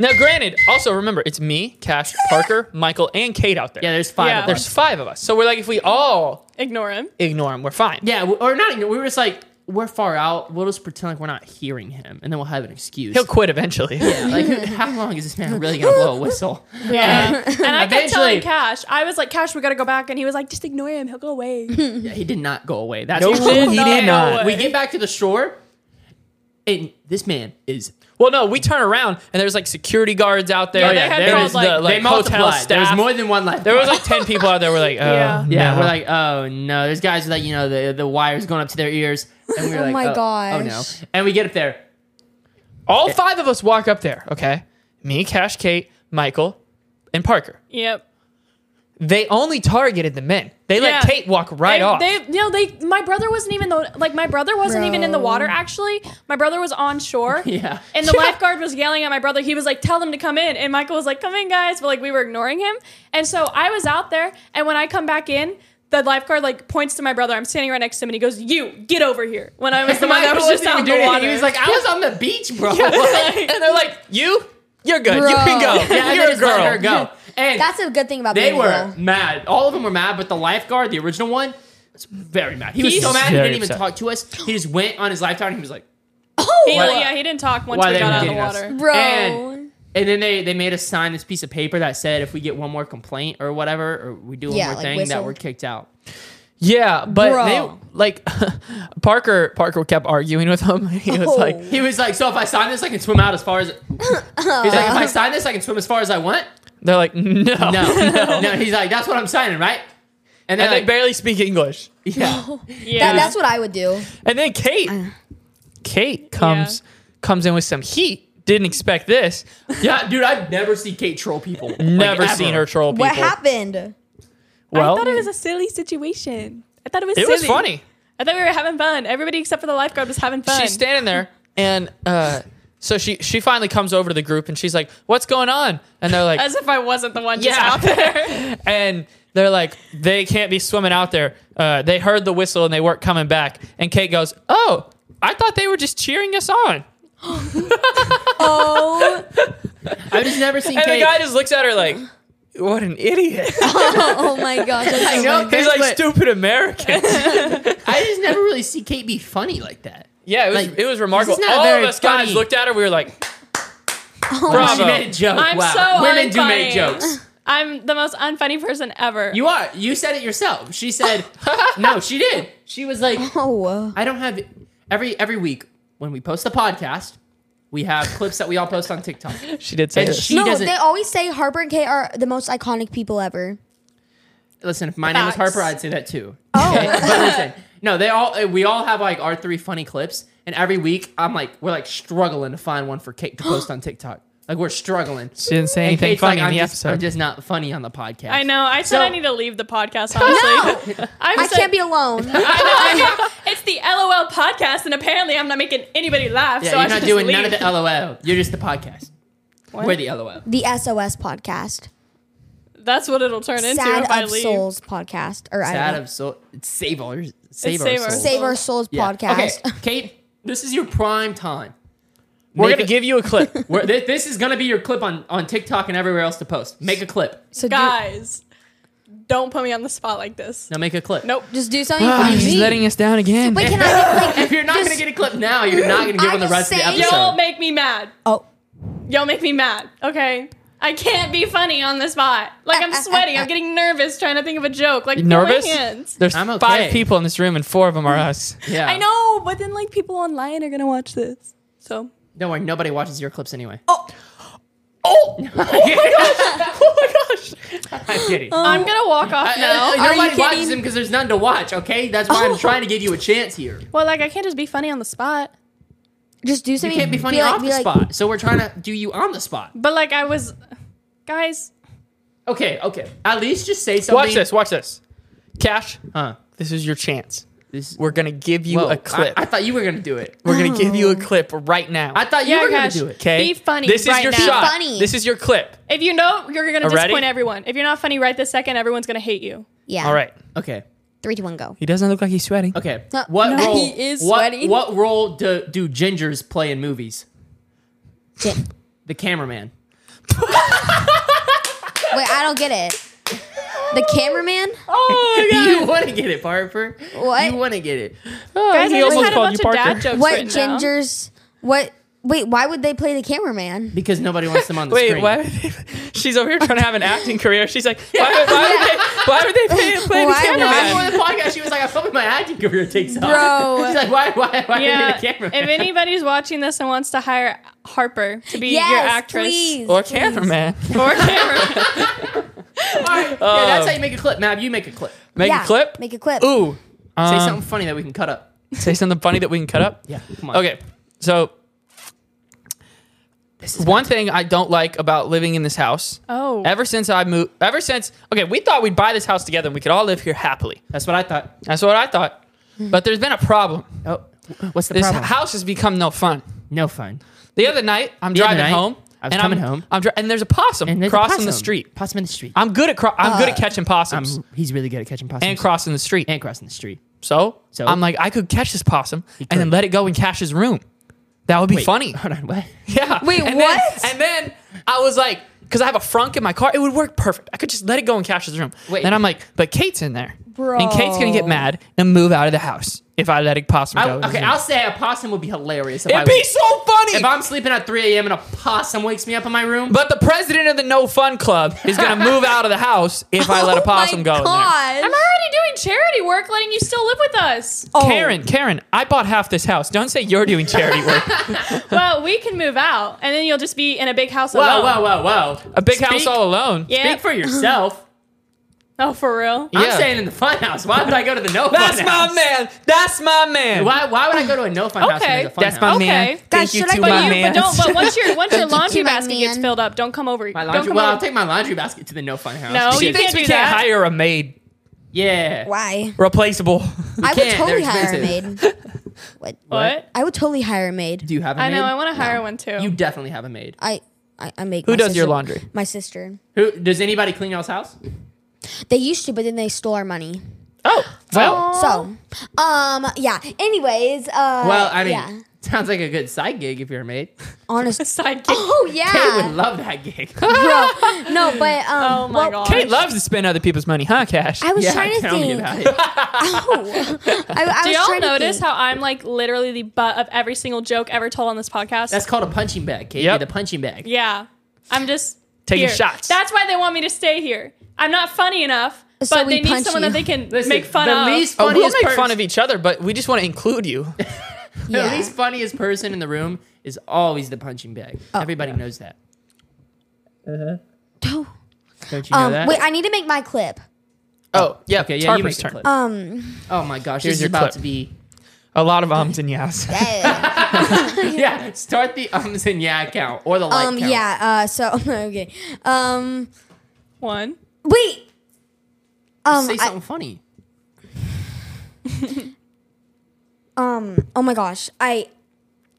S5: Now, granted, also remember, it's me, Cash, Parker, Michael, and Kate out there.
S2: "Yeah, there's five
S3: Yeah.
S2: of
S5: There's
S2: us."
S5: five of us. So we're like, if we all
S3: ignore him.
S5: ignore him, we're fine.
S2: Yeah, we- or not. We were just like, we're far out. We'll just pretend like we're not hearing him, and then we'll have an excuse.
S5: He'll quit eventually.
S2: Yeah, like how long is this man really gonna blow a whistle?
S3: Yeah, and I kept
S2: Eventually-
S3: telling Cash, I was like, Cash, we gotta go back, and he was like, just ignore him. He'll go away.
S2: Yeah, he did not go away. That's
S5: No,
S2: what-
S5: he did
S3: He did not. not.
S2: We get back to the shore, and this man is.
S5: Well, no, we turn around and there's like security guards out there.
S2: Oh, yeah,
S3: had
S5: there
S3: called,
S5: was the
S3: like-
S5: like
S2: they
S5: hotel
S2: multiplied. There was
S5: staff.
S2: more than one left.
S5: There was like ten people out there. We're like, oh,
S3: Yeah.
S2: yeah,
S5: no.
S2: we're like, oh no, there's guys with like you know the the wires going up to their ears, and we're
S4: Oh
S2: like,
S4: my
S2: oh, oh no,
S4: gosh.
S2: and we get up there.
S5: all five of us walk up there. Okay, me, Cash, Kate, Michael, and Parker.
S3: yep.
S5: They only targeted the men. They let
S3: Yeah.
S5: Kate walk right
S3: they,
S5: off.
S3: They, you know, they. My brother wasn't even the like. My brother wasn't even in the
S4: Bro.
S3: water. Actually, my brother was on shore.
S2: Yeah.
S3: And the lifeguard was yelling at my brother. He was like, "Tell them to come in." And Michael was like, "Come in, guys!" But like we were ignoring him. And so I was out there. And when I come back in, the lifeguard like points to my brother. I'm standing right next to him, and he goes, "You get over here." When I was the one that was just out in the water.
S2: He was like, I was on the beach, bro.
S5: and they're like, you, you're good. You
S4: Bro.
S5: can go.
S2: yeah,
S5: you're a girl.
S2: Her go. And
S4: That's a good thing about
S2: they
S4: being a
S2: were
S4: girl.
S2: mad. All of them were mad, but the lifeguard, the original one, was very mad. He was
S5: He's
S2: so mad he
S5: very
S2: didn't even
S5: upset.
S2: talk to us. He just went on his lifetime. And he was like,
S3: He-
S2: Why-
S3: yeah, he didn't talk once
S2: why
S3: we
S2: they
S3: got
S2: were
S3: out of the
S2: dating us.
S3: water.
S4: Bro.
S2: And, and then they, they made us sign this piece of paper that said if we get one more complaint or whatever, or we do one
S4: Yeah,
S2: more
S4: like
S2: thing,
S4: whistle.
S2: that we're kicked out.
S5: Yeah, but
S4: Bro.
S5: they like Parker. Parker kept arguing with him. He was
S4: Oh.
S5: like,
S2: He was like, so if I sign this, I can swim out as far as. He's like, if I sign this, I can swim as far as I want.
S5: they're like, Uh-huh. no,
S2: No, no, He's like, that's what I'm signing, right? And then
S5: and they
S2: like,
S5: barely speak English.
S2: yeah,
S3: Yeah.
S4: That, that's what I would do.
S5: And then Kate, Kate comes comes in with some heat didn't expect this.
S2: Yeah, dude, I've never seen Kate troll people. Like,
S5: Never
S2: ever.
S5: seen her troll people.
S4: What happened?
S5: Well,
S3: I thought it was a silly situation. I thought it was
S5: it
S3: silly.
S5: was funny.
S3: I thought we were having fun. Everybody except for the lifeguard was having fun.
S5: She's standing there, and uh, so she she finally comes over to the group, and she's like, "What's going on?" And they're like,
S3: As if I wasn't the one just
S5: Yeah.
S3: out there.
S5: and they're like, "They can't be swimming out there." Uh, they heard the whistle, and they weren't coming back. And Kate goes, "Oh, I thought they were just cheering us on."
S4: Oh,
S2: I've just never seen
S5: And
S2: Kate.
S5: the guy just looks at her like, "What an idiot!"
S4: oh my gosh. that's so
S2: know.
S4: funny.
S5: He's like,
S2: But-
S5: "Stupid American."
S2: I just never really see Kate be funny like that.
S5: Yeah, it was
S2: Like,
S5: it was remarkable.
S2: this is not
S5: All of
S2: very
S5: us guys
S2: funny.
S5: looked at her. We were like,
S2: She
S5: Oh. "Bravo."
S2: made a joke.
S3: I'm
S2: wow.
S3: so
S2: Women do
S3: unfunny.
S2: make jokes.
S3: I'm the most unfunny person ever.
S2: You are. You said it yourself. She said, no, she did. She was like,
S4: Oh.
S2: I don't have every every week when we post the podcast, we have clips that we all post on TikTok.
S5: She did say
S2: And
S5: this.
S2: she
S4: no,
S2: doesn't
S4: they always say Harper and Kate are the most iconic people ever.
S2: listen. If my name was
S3: Facts.
S2: Harper, I'd say that too. Okay?
S4: Oh,
S2: but listen, no, they all uh, we all have like our three funny clips, and every week I'm like we're like struggling to find one for Kate to post on TikTok. Like we're struggling.
S5: She didn't say
S2: And
S5: anything
S2: Kate's
S5: funny
S2: like,
S5: in the
S2: I'm just,
S5: episode.
S2: I'm just not funny on the podcast.
S3: I know. I said
S2: So-
S3: I need to leave the podcast. Honestly, no,
S4: I can't be alone.
S3: It's the LOL podcast, and apparently I'm not making anybody laugh.
S2: Yeah,
S3: so I
S2: you're
S3: should
S2: not
S3: just
S2: doing
S3: leave.
S2: none of the LOL. You're just the podcast.
S3: What?
S2: We're the LOL.
S4: the SOS podcast,
S3: That's what it'll turn into
S4: Sad
S3: if I
S4: of
S3: leave.
S4: Souls podcast, or I
S2: Sad
S4: don't
S2: of soul. Save our
S3: Save
S2: save, our
S3: our
S2: souls.
S4: Save Our Souls
S2: Yeah.
S4: podcast.
S2: Okay, Kate, this is your prime time.
S5: we're
S2: Make
S5: gonna
S2: a-
S5: give you a clip.
S2: We're, thi- this, is gonna be your clip on, on TikTok and everywhere else to post. Make a clip.
S4: So
S3: Guys, don't put me on the spot like this.
S2: Now make a clip.
S3: Nope.
S4: do, just do something
S2: Ah,
S4: funny.
S5: Oh, she's letting us down again.
S4: Wait, can I like
S2: If you're not
S4: just-
S2: gonna get a clip now, you're not gonna get
S4: I
S2: one the
S4: just
S2: rest of the
S4: say-
S2: episode.
S3: Y'all make me mad.
S4: Oh,
S3: Y'all make me mad. Okay. I can't be funny on the spot. Like I'm sweating. I'm getting nervous trying to think of a joke. Like
S5: You
S3: feel my
S5: nervous?
S3: hands. Mm.
S5: There's
S2: I'm okay.
S5: five people in this room, and four of them are us.
S2: yeah.
S3: I know, but then like people online are gonna watch this. So um,
S2: Don't worry, nobody watches your clips anyway.
S5: oh,
S2: I'm kidding.
S3: I'm gonna walk off now.
S2: I- I-
S4: Are you
S2: Uh, nobody watches
S4: kidding?
S2: them because there's none to watch. Okay, that's why I'm
S4: Oh.
S2: trying to give you a chance here. You
S3: well, like I can't just be funny on the spot.
S4: just do something.
S2: can't be funny
S4: Be like-
S2: off
S4: be
S2: the
S4: like-
S2: spot, so we're trying to do you on the spot.
S3: But like I was guys,
S2: Okay, okay. At least just say something.
S5: watch this. Watch this. Cash,
S2: Huh?
S5: this is your chance.
S2: This.
S5: We're gonna give you
S2: Whoa,
S5: a clip.
S2: I, I thought you were gonna do it.
S5: We're gonna give you a clip right now.
S2: I thought you
S3: Yeah,
S2: were gonna
S3: gosh.
S2: do it.
S5: okay.
S3: Oh. Be funny
S5: This is
S3: right
S5: your
S3: now.
S5: shot.
S4: Be funny.
S5: This is your clip.
S3: if you know you're gonna
S5: Are ready?
S3: disappoint everyone. If you're not funny right this second, everyone's gonna hate you.
S4: Yeah.
S5: All right.
S2: Okay.
S4: Three, two, one, go.
S5: He doesn't look like he's sweating.
S2: Okay.
S4: No,
S2: What
S4: no.
S2: role?
S4: He is
S2: what,
S4: sweating.
S2: what role do, do gingers play in movies?
S4: Shit.
S2: The cameraman.
S4: Wait, I don't get it. The cameraman?
S2: Oh you want to get it, Harper?
S4: What?
S2: You want to get it?
S3: Guys,
S5: Oh, he
S3: I just
S5: almost
S3: had a
S5: called
S3: bunch
S5: you
S3: of dad
S5: Parker.
S3: jokes.
S4: What
S3: written down.
S4: gingers? What? Wait, why would they play the cameraman?
S2: Because nobody wants them on the
S5: Wait,
S2: screen.
S5: why? Would they, she's over here trying to have an acting career. She's like, why, would- why would they? Why would they play, play the
S4: Why
S5: cameraman?
S2: Before the podcast, she was like, "I'm hoping my acting career takes off."
S4: Bro.
S2: she's like, "Why? Why? Why are
S3: Yeah.
S2: they the
S3: If
S2: cameraman?"
S3: anybody's watching this and wants to hire Harper to be
S4: Yes,
S3: your actress
S4: please.
S5: Or
S4: please.
S5: cameraman?
S3: or camera,
S2: All right. yeah, that's
S5: Um,
S2: how you make a clip, Mab. You make a clip.
S5: Make
S4: Yeah,
S5: a clip.
S4: Make a clip.
S5: Ooh.
S2: Say
S5: Um,
S2: something funny that we can cut up.
S5: Say something funny that we can cut up.
S2: Yeah. Come on.
S5: Okay. So one thing I don't like about living in this house.
S3: Oh.
S5: Ever since I moved ever since okay, we thought we'd buy this house together and we could all live here happily.
S2: That's what I thought.
S5: That's what I thought. But there's been a problem.
S2: Oh, what's the
S5: This
S2: problem?
S5: house has become no fun.
S2: no fun.
S5: The other night, I'm
S2: The other
S5: driving
S2: night,
S5: home.
S2: I was
S5: and
S2: coming
S5: I'm,
S2: home.
S5: I'm dri- and there's a possum
S2: there's a
S5: crossing the
S2: possum.
S5: street.
S2: Possum in the street.
S5: I'm good at cro- I'm good at catching
S2: I'm,
S5: possums
S2: he's really good at catching possums
S5: and crossing the street.
S2: and crossing the street.
S5: so,
S2: So?
S5: I'm like, I could catch this possum and then
S2: could.
S5: let it go in Cash's room. That would be
S2: Wait,
S5: funny.
S2: Hold on, what?
S5: Yeah.
S4: Wait,
S5: and
S4: what?
S5: Then, and then I was like, because I have a frunk in my car, it would work perfect. I could just let it go in Cash's room.
S2: Wait.
S5: Then I'm like, but Kate's in there,
S4: Bro.
S5: and Kate's gonna get mad and move out of the house if I let it possum
S2: I,
S5: go. in his
S2: okay,
S5: room.
S2: I'll say a possum would be hilarious. If I
S5: It'd be
S2: was-
S5: so funny.
S2: if I'm sleeping at 3 a.m. and a possum wakes me up in my room,
S5: but the president of the No Fun Club is gonna move out of the house if I let a
S4: Oh my
S5: possum go
S4: gosh.
S3: I'm already doing charity work, letting you still live with us.
S4: Oh.
S5: in there. Karen, Karen, I bought half this house. Don't say you're doing charity work.
S3: Well, we can move out, and then you'll just be in a big house
S2: whoa,
S3: alone.
S2: whoa, whoa, whoa.
S5: A big
S2: Speak-
S5: house all alone.
S3: Yeah.
S2: Speak for yourself.
S3: Oh, for real?
S2: I'm
S5: Yeah.
S2: staying in the fun house. Why would I go to the no
S5: That's
S2: fun
S5: my
S2: house?
S5: man. That's my man.
S2: Why, why would I go to a no fun house when
S3: Okay.
S2: there's a fun
S5: That's
S2: house?
S5: my
S3: Okay.
S5: man.
S4: Guys,
S5: Thank you
S4: should I
S5: to
S4: put
S5: my
S3: But you,
S5: man.
S3: but don't. But once your once your
S4: Thank you,
S3: laundry
S4: my
S3: basket gets
S4: man.
S3: filled up, don't come over.
S2: My
S3: don't
S2: laundry,
S3: come
S2: well, I'll
S3: over.
S2: take my laundry basket to the no fun house.
S3: No,
S5: she
S3: you
S5: thinks
S3: can't
S5: we
S3: do
S5: can't
S3: that.
S5: hire a maid.
S2: Yeah.
S4: Why?
S5: Replaceable.
S4: I would
S2: can't,
S4: totally
S2: they're
S4: hire a maid. What?
S3: what?
S4: I would totally hire a maid.
S2: Do you have a
S3: I
S2: maid?
S3: know. I want to hire one too.
S2: You definitely have a maid.
S4: I I, I make.
S5: Who
S4: my
S5: does your
S4: sister-
S5: laundry?
S4: My sister.
S2: Who does anybody clean y'all's house?
S4: They used to, but then they stole our money.
S5: Oh, well,
S4: So, um, yeah. Anyways, uh,
S2: Well, I mean,
S4: yeah.
S2: sounds like a good side gig if you're a maid.
S4: honest.
S3: sidekick.
S4: Oh
S2: Kate would
S4: yeah,
S2: love that gig.
S4: bro. No, but um,
S3: Oh my
S4: well,
S3: gosh.
S5: Kate loves to spend other people's money, huh, Cash?
S4: I was
S2: yeah,
S4: trying to
S2: tell me
S4: think.
S2: about it.
S4: Oh, I, I
S3: Do
S4: was
S3: y'all
S4: trying to
S3: notice
S4: think.
S3: how I'm like literally the butt of every single joke ever told on this podcast?
S2: That's called a punching bag, Kate.
S5: Yep.
S2: Get a punching bag.
S3: yeah. I'm just
S5: Taking
S3: here.
S5: shots.
S3: That's why they want me to stay here. I'm not funny enough,
S4: So
S3: but
S4: we
S3: they need
S4: punch
S3: someone
S4: you.
S3: that they can
S2: Listen,
S3: make fun
S2: the
S3: of.
S2: Least
S5: Oh, we'll
S2: funniest
S5: make
S2: pers-
S5: fun of each other, but we just want to include you.
S2: The
S4: Yeah.
S2: least funniest person in the room is always the punching bag. Everybody knows that.
S4: Oh,
S2: Don't you know
S4: um,
S2: that?
S4: wait, I need to make my clip.
S5: Oh, yeah.
S2: okay,
S5: Okay,
S2: yeah, you make
S5: Tarper's
S2: the
S5: turn.
S2: clip.
S4: Um,
S2: Oh my gosh,
S5: Here's
S2: this
S5: your
S2: is about
S5: clip.
S2: to be.
S5: A lot of ums and yas.
S4: yeah.
S2: Yeah, start the ums and yeah count or the like
S4: um,
S2: count.
S4: yeah. Uh, so okay. Um,
S3: one.
S4: wait. Um,
S2: Say
S4: I-
S2: something funny.
S4: um. Oh my gosh. I.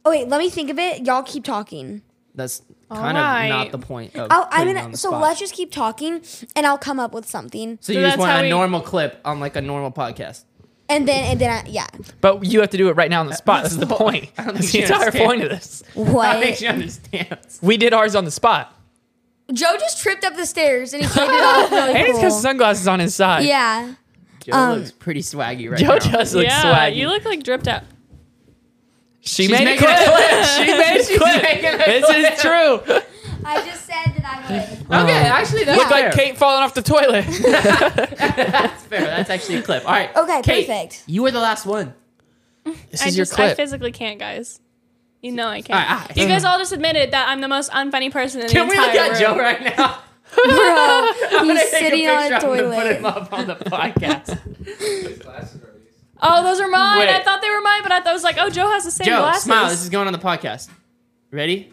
S4: Oh wait. Let me think of it. Y'all keep talking.
S2: That's kind
S3: Alright.
S2: of not the point of.
S4: Oh, I'm
S2: putting you on
S4: gonna.
S2: the
S4: So
S2: spot.
S4: let's just keep talking, and I'll come up with something,
S2: So
S3: So
S2: you just
S3: that's
S2: want
S3: how
S2: a
S3: we-
S2: normal clip on like a normal podcast.
S4: and then and then I, yeah.
S5: But you have to do it right now on the spot.
S2: That's
S5: That's the
S2: the-
S5: point.
S2: I don't
S5: That's the
S2: think you
S5: entire
S2: understand.
S5: point of this.
S2: That makes
S4: What?
S2: you understand.
S5: We did ours on the spot.
S4: Joe just tripped up the stairs and he kicked it off. Really
S5: And he's
S4: cool.
S5: got sunglasses on his side.
S4: Yeah.
S2: Joe
S4: Um,
S2: looks pretty swaggy right
S5: Joe
S2: now.
S5: does look
S3: yeah,
S5: swaggy.
S3: you look like dripped out.
S5: she
S2: She's
S5: made a
S2: making
S5: clip.
S2: a clip.
S5: she made a
S2: She's making a
S5: clip. This
S2: clip.
S5: is true.
S4: I just said that I would.
S2: Okay, actually that's
S5: Looked
S2: fair.
S5: like Kate falling off the toilet.
S2: That's fair. That's actually a clip. All right.
S4: Okay,
S2: Kate,
S4: perfect.
S2: You were the last one.
S5: this
S3: I
S5: is your
S3: just, I
S5: clip.
S3: physically can't, guys. You know I
S2: All
S3: can't.
S2: right, all right.
S3: You guys all just admitted that I'm the most unfunny person in
S2: Ah, Can
S3: the
S2: we
S3: entire
S2: look at
S3: room.
S2: Joe right now?
S4: Bro,
S2: I'm
S4: he's
S2: gonna take
S4: sitting on a
S2: picture of him and
S4: toilet.
S2: Put him up on the podcast.
S3: Oh, those are mine. I
S2: Wait.
S3: thought they were mine, but I, thought I was like, oh, Joe has the same
S2: Joe,
S3: glasses.
S2: smile. This is going on the podcast. Ready?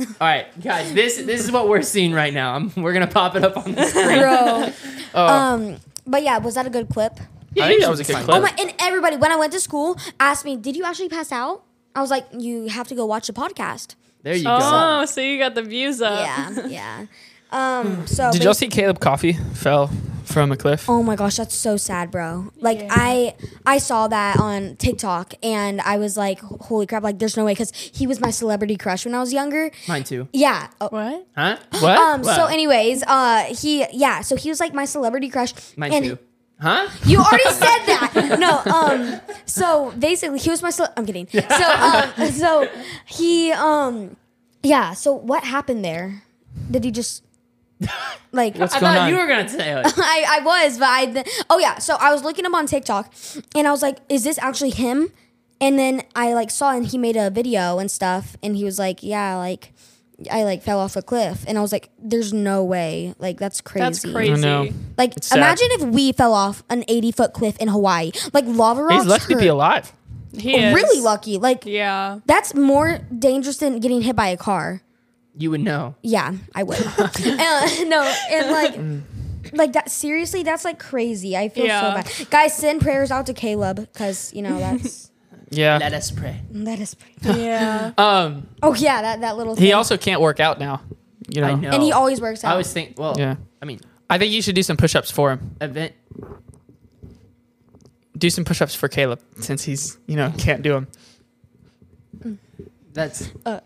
S2: All right, guys. This this is what we're seeing right now. I'm, we're gonna pop it up on the screen.
S4: Bro.
S5: Oh,
S4: Um, but yeah, was that a good clip?
S5: I think that was a good clip.
S4: Oh my! And everybody, when I went to school, asked me, "Did you actually pass out?" I was like, "You have to go watch the podcast."
S2: There you go.
S3: oh, so you got the views
S4: Uh.
S3: up.
S4: Yeah, yeah. Um, so
S5: Did
S4: but-
S5: y'all see Caleb Coffee fell from a cliff?
S4: Oh my gosh, that's so sad, bro. Like I I saw that on TikTok and I was like, holy crap! Like, there's no way because he was my celebrity crush when I was younger.
S2: Mine too.
S4: Yeah. Oh,
S3: What?
S2: Huh?
S5: What?
S4: Um. So,
S2: Wow.
S4: anyways, uh, he yeah. So he was like my celebrity crush.
S2: Mine
S4: and
S2: too. Huh?
S4: You already said that. No. Um. So basically, he was my. Cel- I'm kidding. So um. So he um. Yeah. So what happened there? Did he just like?
S5: What's
S2: I
S5: going
S2: thought
S5: on?
S2: you were gonna say it.
S4: I, I was, but I. th- oh yeah. So I was looking him on TikTok, and I was like, "Is this actually him?" And then I like saw, and he made a video and stuff, and he was like, "Yeah, like." I like fell off a cliff and I was like, there's no way. Like, that's crazy.
S3: That's
S5: I
S3: crazy.
S5: know.
S4: Like,
S5: It's sad.
S4: imagine if we fell off an 80 foot cliff in Hawaii. Like, lava rocks.
S5: He's lucky to be
S4: hurt.
S5: alive.
S3: He is.
S4: Oh, Really lucky. Like,
S3: Yeah.
S4: that's more dangerous than getting hit by a car.
S2: You would know.
S4: Yeah, I would. uh, no, and like, like that. Seriously, that's like crazy. I feel
S3: Yeah.
S4: so bad. Guys, send prayers out to Caleb because you know that's
S5: Yeah.
S2: Let us pray.
S4: Mm, that is. Pretty.
S3: Yeah.
S5: Um.
S4: Oh yeah, that that little. Thing.
S5: He also can't work out now. You know.
S2: I know.
S4: and he always works out.
S2: I was thinking. Well,
S5: Yeah.
S2: I mean,
S5: I think you should do some push-ups for him.
S2: event.
S5: Do some push-ups for Caleb since he's you know can't do them.
S2: That's
S5: do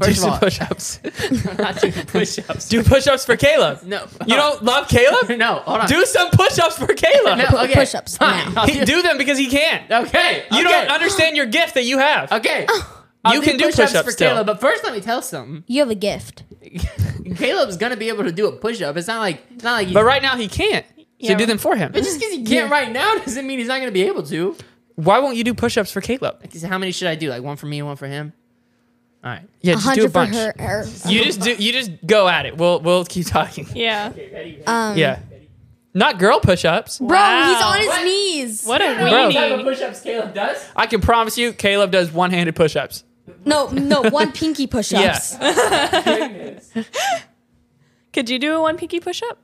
S2: First of
S5: some
S2: all-
S5: push-ups.
S2: I'm not doing push-ups.
S5: do push-ups for Caleb.
S2: No.
S5: You don't love Caleb?
S2: No. Hold on.
S5: Do some push-ups for Caleb.
S2: No, okay.
S4: push-ups
S2: Fine.
S4: now.
S2: I'll
S5: He- do them because he can.
S2: Okay.
S5: You
S2: okay.
S5: don't understand your gift that you have.
S2: Okay. I'll
S5: You can do push-ups
S2: for
S5: still.
S2: Caleb, but first let me tell something.
S4: you have a gift.
S2: Caleb's gonna be able to do a push-up. It's not like it's not like. He's,
S5: But right now he can't. So
S3: Yeah.
S5: do them for him.
S2: but just because he can't right now doesn't mean he's not gonna be able to.
S5: Why won't you do push-ups for Caleb?
S2: He said, How many should I do? Like one for me, one for him. All right.
S5: Yeah, just do a
S4: 100 for
S5: bunch.
S4: her. er, her-
S5: You just do. You just go at it. We'll we'll keep talking.
S3: Yeah.
S4: um,
S5: Yeah. Not girl push-ups.
S4: Bro, he's
S3: Wow.
S4: on his
S2: What?
S4: knees.
S3: What a
S5: Bro.
S3: weenie.
S2: push-ups Caleb does?
S5: I can promise you, Caleb does one-handed push-ups.
S4: No, no, one pinky push ups.
S5: Yes.
S3: Could you do a one pinky push up?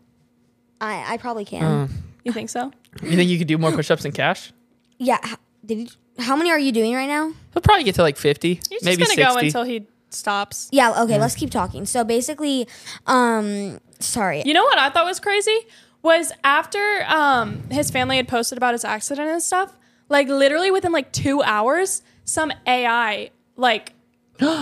S4: I, I probably can.
S5: Mm.
S3: You think so?
S5: you think you could do more push-ups than Cash?
S4: Yeah. h- Did you, how many are you doing right now?
S5: He'll probably get to like fifty,
S3: He's
S5: maybe
S3: just gonna
S5: sixty.
S3: go until he stops.
S4: Yeah.
S5: Mm.
S4: Okay. Let's keep talking. So basically, um, sorry.
S3: You know what I thought was crazy was after um, his family had posted about his accident and stuff. Like literally within like two hours, some AI like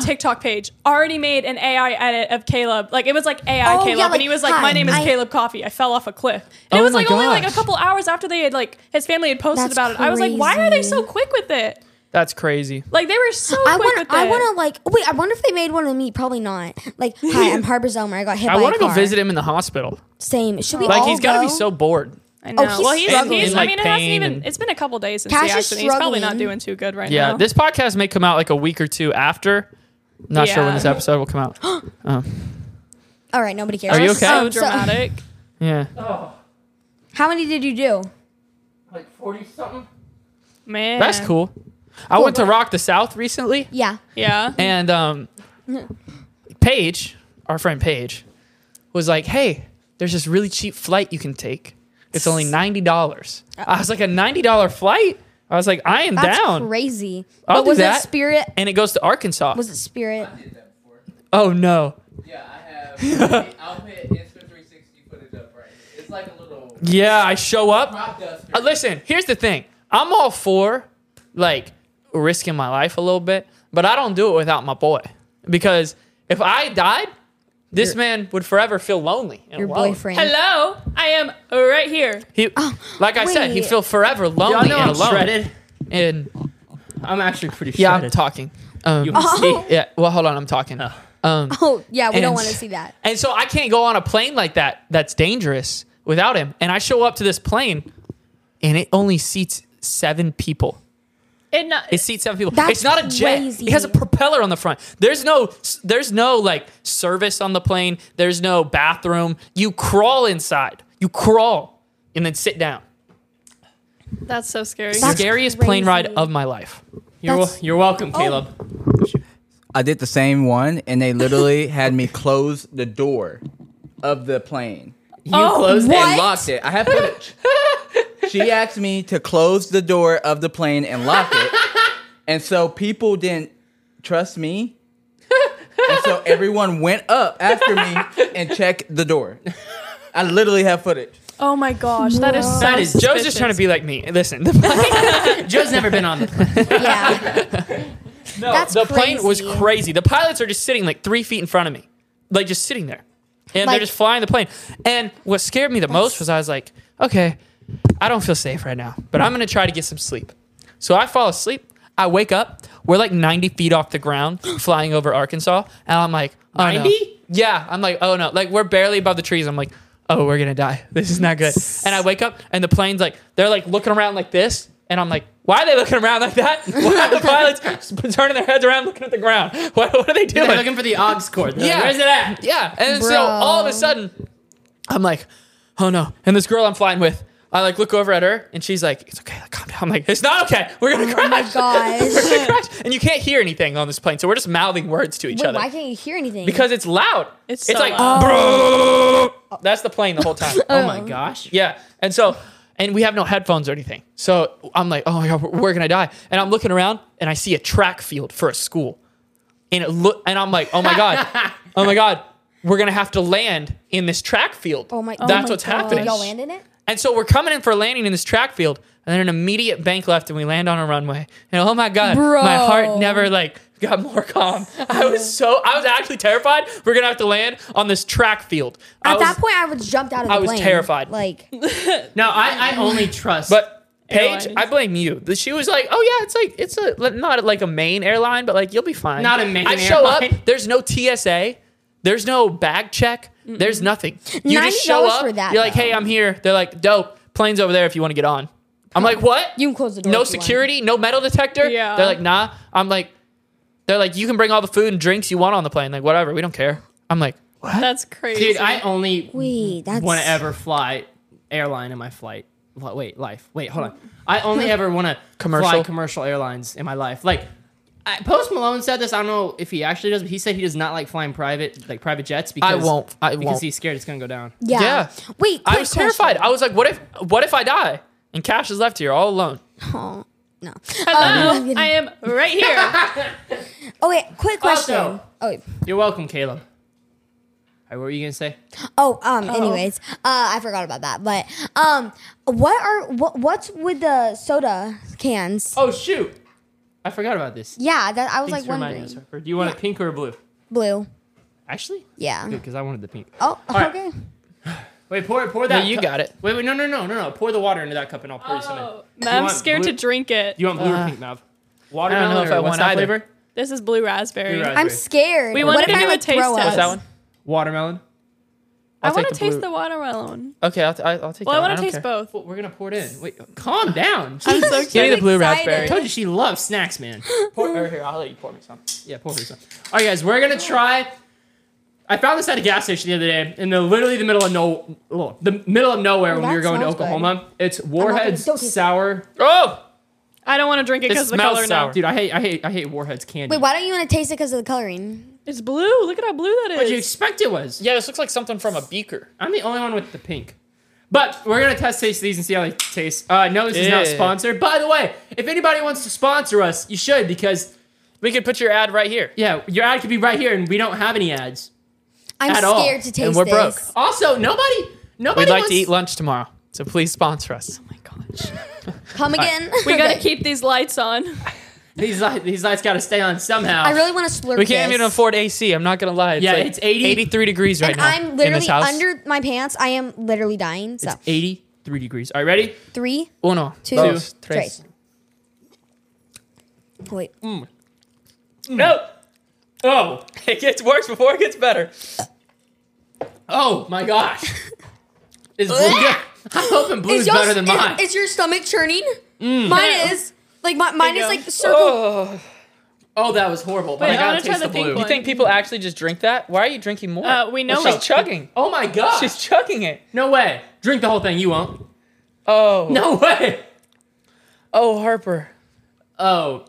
S3: TikTok page already made an AI edit of Caleb. Like it was like AI
S4: Oh, yeah,
S3: Caleb,
S4: like,
S3: and he was like, "My
S4: "Hi,
S3: name is
S4: I-
S3: Caleb Coffee. I fell off a cliff." And
S5: Oh
S3: it was
S5: my
S3: like only like a
S5: gosh.
S3: couple hours after they had like his family had posted
S4: That's
S3: about it. I was like, "Why are they
S4: crazy.
S3: so quick with it?"
S5: That's crazy.
S3: Like they were so
S5: Oh
S4: I
S3: quick
S4: want.
S3: with it.
S4: I want to like. Wait. I wonder if they made one of me. Probably not. Like, hi, I'm Harper Zelmer. I got hit.
S5: I
S4: by
S5: want
S4: a
S5: to go
S4: car.
S5: visit him in the hospital.
S4: Same. Should we
S5: Like
S4: all
S5: he's
S4: got
S5: got
S4: to
S5: to be so bored.
S3: I know.
S4: oh, he's
S3: well, he's,
S4: struggling.
S3: he's
S5: Like
S3: I mean, it hasn't
S5: pain
S3: even.
S5: and-
S3: It's been a couple days since
S4: Cash
S3: the
S4: is
S3: accident. He's probably not
S4: struggling.
S3: doing too good right
S5: Yeah,
S3: now.
S5: this podcast may come out like a week or two after. Not sure when
S3: Yeah.
S5: this episode will come out.
S4: All right. Nobody cares.
S5: Are you
S3: That was
S5: okay? Oh,
S3: So
S4: Um, so-
S3: dramatic.
S5: Yeah.
S4: How many did you do?
S2: Like 40 something?
S3: Man.
S5: That's cool. I went to Rock the South recently,
S4: Yeah.
S3: Yeah.
S5: and um, Paige, our friend Paige, was like, "Hey, there's this really cheap flight you can take. It's only ninety dollars." I was like, "A ninety dollar flight?" I was like, "I am
S4: That's
S5: down."
S4: crazy.
S5: I'll
S4: but
S5: do
S4: was
S5: that.
S4: it Spirit?
S5: and it goes to Arkansas.
S4: Was it Spirit?
S5: oh no!
S1: Yeah, I have. I'll put Insta 360 footage up right. here. It's like a little
S5: Yeah, I show up.
S1: rock dust.
S5: Uh, listen, here's the thing. I'm all for like risking my life a little bit, but I don't do it without my boy because if I died, this man would forever feel lonely. And
S4: Your
S5: alone.
S4: boyfriend.
S3: Hello, I am right here.
S5: He, like I said, he'd
S4: Oh, wait.
S5: feel forever
S2: Y'all
S5: lonely
S2: know
S5: and
S2: I'm
S5: alone.
S2: shredded.
S5: And
S2: I'm actually pretty
S5: yeah, I'm
S2: shredded.
S5: talking. Um,
S2: You wanna
S4: Oh.
S5: yeah. Well, hold on, I'm talking.
S2: Oh.
S5: Um,
S4: Oh yeah. We don't
S5: And-
S4: want to see that.
S5: And so I can't go on a plane like that. That's dangerous without him. And I show up to this plane, and it only seats seven people.
S3: It not,
S5: It seats seven people.
S4: That's
S5: it's not a jet.
S4: crazy.
S5: It has a propeller on the front. There's no, there's no like service on the plane. There's no bathroom. You crawl inside. You crawl and then sit down.
S3: that's so scary.
S4: That's
S5: Scariest plane ride
S4: crazy.
S5: of my life.
S2: You're, wel-
S4: That's-
S2: you're welcome, Caleb.
S1: I did the same one, and they literally had me close the door of the plane
S2: You
S5: Oh,
S2: closed
S4: what?
S1: and locked it. I have footage. she asked me to close the door of the plane and lock it, and so people didn't trust me. And so everyone went up after me and checked the door. I literally have footage.
S3: oh my gosh, that is so
S5: That is Joe's just trying to be like me. Listen, the plane,
S2: it. Joe's never been on the plane.
S4: Yeah. That's
S5: the plane was
S4: crazy.
S5: crazy. The pilots are just sitting like three feet in front of me, like just sitting there, and
S4: Like-
S5: they're just flying the plane. And what scared me the most was I was like, okay, I don't feel safe right now, but I'm gonna try to get some sleep. So I fall asleep. I wake up. We're like 90 feet off the ground, flying over Arkansas, and I'm like, oh,
S2: 90?
S5: No. Yeah, I'm like, oh no, like we're barely above the trees. I'm like, oh, we're gonna die. This is not good. And I wake up, and the plane's like, they're like looking around like this, and I'm like, why are they looking around like that? Why are the pilots turning their heads around, looking at the ground? What, what are they
S2: They're
S5: doing?
S2: looking for the aux cord. They're like,
S5: Yeah.
S2: Where's it at?
S5: Yeah. And so
S4: Bro.
S5: all of a sudden, I'm like, oh no. And this girl I'm flying with, I like look over at her and she's like, it's okay, like, calm down. I'm like, it's not okay. We're gonna crash.
S4: Oh my
S5: We're
S4: gosh.
S5: gonna crash. And you can't hear anything on this plane, so we're just mouthing words to each
S4: Wait,
S5: other.
S4: why can't you hear anything?
S5: Because it's loud.
S3: It's so
S5: like
S3: loud.
S5: bro. That's the plane the whole time.
S2: Oh my gosh.
S5: Yeah. And so, and we have no headphones or anything. So I'm like, oh my God, we're, we're going to die. And I'm looking around and I see a track field for a school. And it look, and I'm like, oh my God, oh my God, we're going to have to land in this track field.
S4: oh my.
S5: That's
S4: oh my
S5: what's
S4: gosh.
S5: happening.
S4: Did y'all land in it?
S5: And so we're coming in for a landing in this track field, and then an immediate bank left, and we land on a runway. And oh my god,
S4: Bro.
S5: my heart never like got more calm. I was so I was actually terrified. We're gonna have to land on this track field. I
S4: At
S5: was,
S4: that point, I was jumped out of the
S5: I was
S4: plane.
S5: terrified.
S4: Like,
S2: No, I, I only trust.
S5: But Paige,
S3: Airlines.
S5: I blame you. She was like, "Oh yeah, it's like it's a not like a main airline, but like you'll be fine."
S2: Not a main
S5: I show
S2: airline.
S5: up. There's no TSA. There's no bag check. There's nothing. You just show
S4: $90
S5: up.
S4: for that,
S5: you're like,
S4: though.
S5: "Hey, I'm here." They're like, "Dope. Plane's over there if you want to get on." I'm like, "What?
S4: you can close the door.
S5: no
S4: if you want.
S5: security, no metal detector?"
S3: Yeah.
S5: They're like, "Nah." I'm like, They're like, you can bring all the food and drinks you want on the plane. Like, whatever. We don't care. I'm like,
S3: That's crazy.
S2: Dude, I only
S4: Wait, that's
S2: want to ever fly airline in my flight. Li- Wait, life. Wait, hold on. I only ever want to fly
S5: Commercial?
S2: commercial airlines in my life. Like, I, Post Malone said this. I don't know if he actually does, but he said he does not like flying private, like private jets. Because,
S5: won't. I
S2: because
S5: won't.
S2: he's scared it's gonna go down.
S4: Yeah.
S5: Yeah.
S4: Wait,
S5: I was terrified. I was like, what if, what if I die and Cash is left here all alone?
S4: Oh, no.
S3: Hello, I am right here.
S4: Oh wait, quick question.
S2: Also-
S4: oh, wait.
S2: You're welcome, Caleb. All right, what were you gonna say?
S4: oh, um. Anyways, uh, I forgot about that. But um, what are what what's with the soda cans?
S2: Oh shoot, I forgot about this.
S4: Yeah, that I was
S2: Thanks
S4: like
S2: for reminding
S4: wondering.
S2: us. Harper. Do you want a pink or a blue?
S4: Blue.
S2: Actually,
S4: Yeah.
S2: because I wanted the pink.
S4: Oh,
S2: right.
S4: okay.
S2: Wait, pour pour
S5: No,
S2: that.
S5: you
S2: cu-
S5: got it.
S2: Wait, wait, no, no, no, no, no. Pour the water into that cup and I'll pour you some in.
S3: Oh,
S2: You
S3: I'm
S2: want
S3: scared
S2: blue-
S3: to drink it.
S2: You want blue
S5: Uh,
S2: or pink, Mav? Watermelon
S5: know if
S2: or
S5: I
S2: what's
S5: want
S2: that
S5: either.
S2: flavor?
S3: This is blue raspberry.
S2: Blue raspberry.
S4: I'm scared.
S3: We
S4: what
S3: wanted
S4: if
S3: to
S4: I
S3: do a
S4: like
S3: taste
S4: throw
S3: test.
S5: What's that
S4: up?
S5: one?
S2: Watermelon.
S3: I
S5: I'll take
S3: want to
S5: the
S3: taste
S5: blue.
S3: the watermelon.
S5: Okay, I'll, t- I- I'll take
S3: Well,
S5: that
S3: I
S5: one.
S3: want to
S5: don't
S3: taste
S5: care.
S3: both.
S2: Well, we're gonna pour it in. Wait, calm down. I
S4: I'm so
S5: Give me the blue raspberry.
S2: told you she loves snacks, man.
S5: Pour, or here, I'll let you pour me some.
S2: Yeah, pour her some. All right, guys, we're gonna try. I found this at a gas station the other day in the literally the middle of no, oh, the middle of nowhere when we
S4: that
S2: were going to
S4: smells good.
S2: Oklahoma. It's
S4: gonna-
S2: Warhead's
S4: don't taste it.
S2: sour.
S5: Oh!
S3: I don't want to drink it
S5: This
S3: because of the
S5: smells
S3: color
S5: sour.
S3: now.
S2: Dude, I hate, I hate, I hate Warhead's candy.
S4: Wait, why don't you want to taste it because of the coloring?
S3: It's blue. Look at how blue that
S2: What did you
S3: is.
S2: expect it was?
S5: Yeah, this looks like something from a beaker.
S2: I'm the only one with the pink. But we're gonna test taste these and see how they taste. Uh, no, this is not
S5: Yeah.
S2: sponsored. By the way, if anybody wants to sponsor us, you should because
S5: We could put your ad right here.
S2: yeah, your ad could be right here, and we don't have any ads.
S4: I'm
S2: At
S4: scared
S2: all.
S4: to
S2: And
S4: taste
S5: we're broke.
S4: this.
S2: Also, nobody, nobody.
S5: We'd like
S2: wants,
S5: to eat lunch tomorrow, so please sponsor us.
S3: Oh my gosh.
S4: Come again.
S3: We gotta
S4: Okay.
S3: keep these lights on.
S2: These lights, these lights got to stay on somehow.
S4: I really want to slurp.
S5: We can't
S4: this.
S5: even afford AC. I'm not gonna lie. It's
S2: Yeah,
S5: like
S2: it's 80
S5: 83 degrees right
S4: And
S5: now
S4: I'm
S5: in
S4: literally
S5: this house.
S4: under my pants. I am literally dying. So
S2: It's 83 degrees. All right, ready?
S4: three,
S5: Uno,
S4: two,
S5: dos,
S4: tres.
S5: tres.
S4: Wait.
S2: Mm,
S5: Mm. No. Oh, it gets worse before it gets better.
S2: Oh my gosh! Is blue good? I'm hoping blue's
S4: yours-
S2: better than
S4: is-
S2: mine. Mm.
S4: is your stomach churning? Mine is. Like my, mine
S3: you
S4: is
S3: go.
S4: like circle.
S2: oh, that was horrible.
S3: Wait,
S2: But I
S3: I
S2: gotta
S3: wanna try
S2: taste the,
S3: the pink
S2: blue.
S5: You
S3: one.
S5: think people actually just drink that? Why are you drinking more?
S3: Uh, we know
S5: She's
S3: it.
S5: chugging.
S2: Oh my gosh!
S5: She's chugging it.
S2: no way! Drink the whole thing. You won't.
S5: Oh.
S2: No way!
S5: Oh, Harper.
S2: Oh,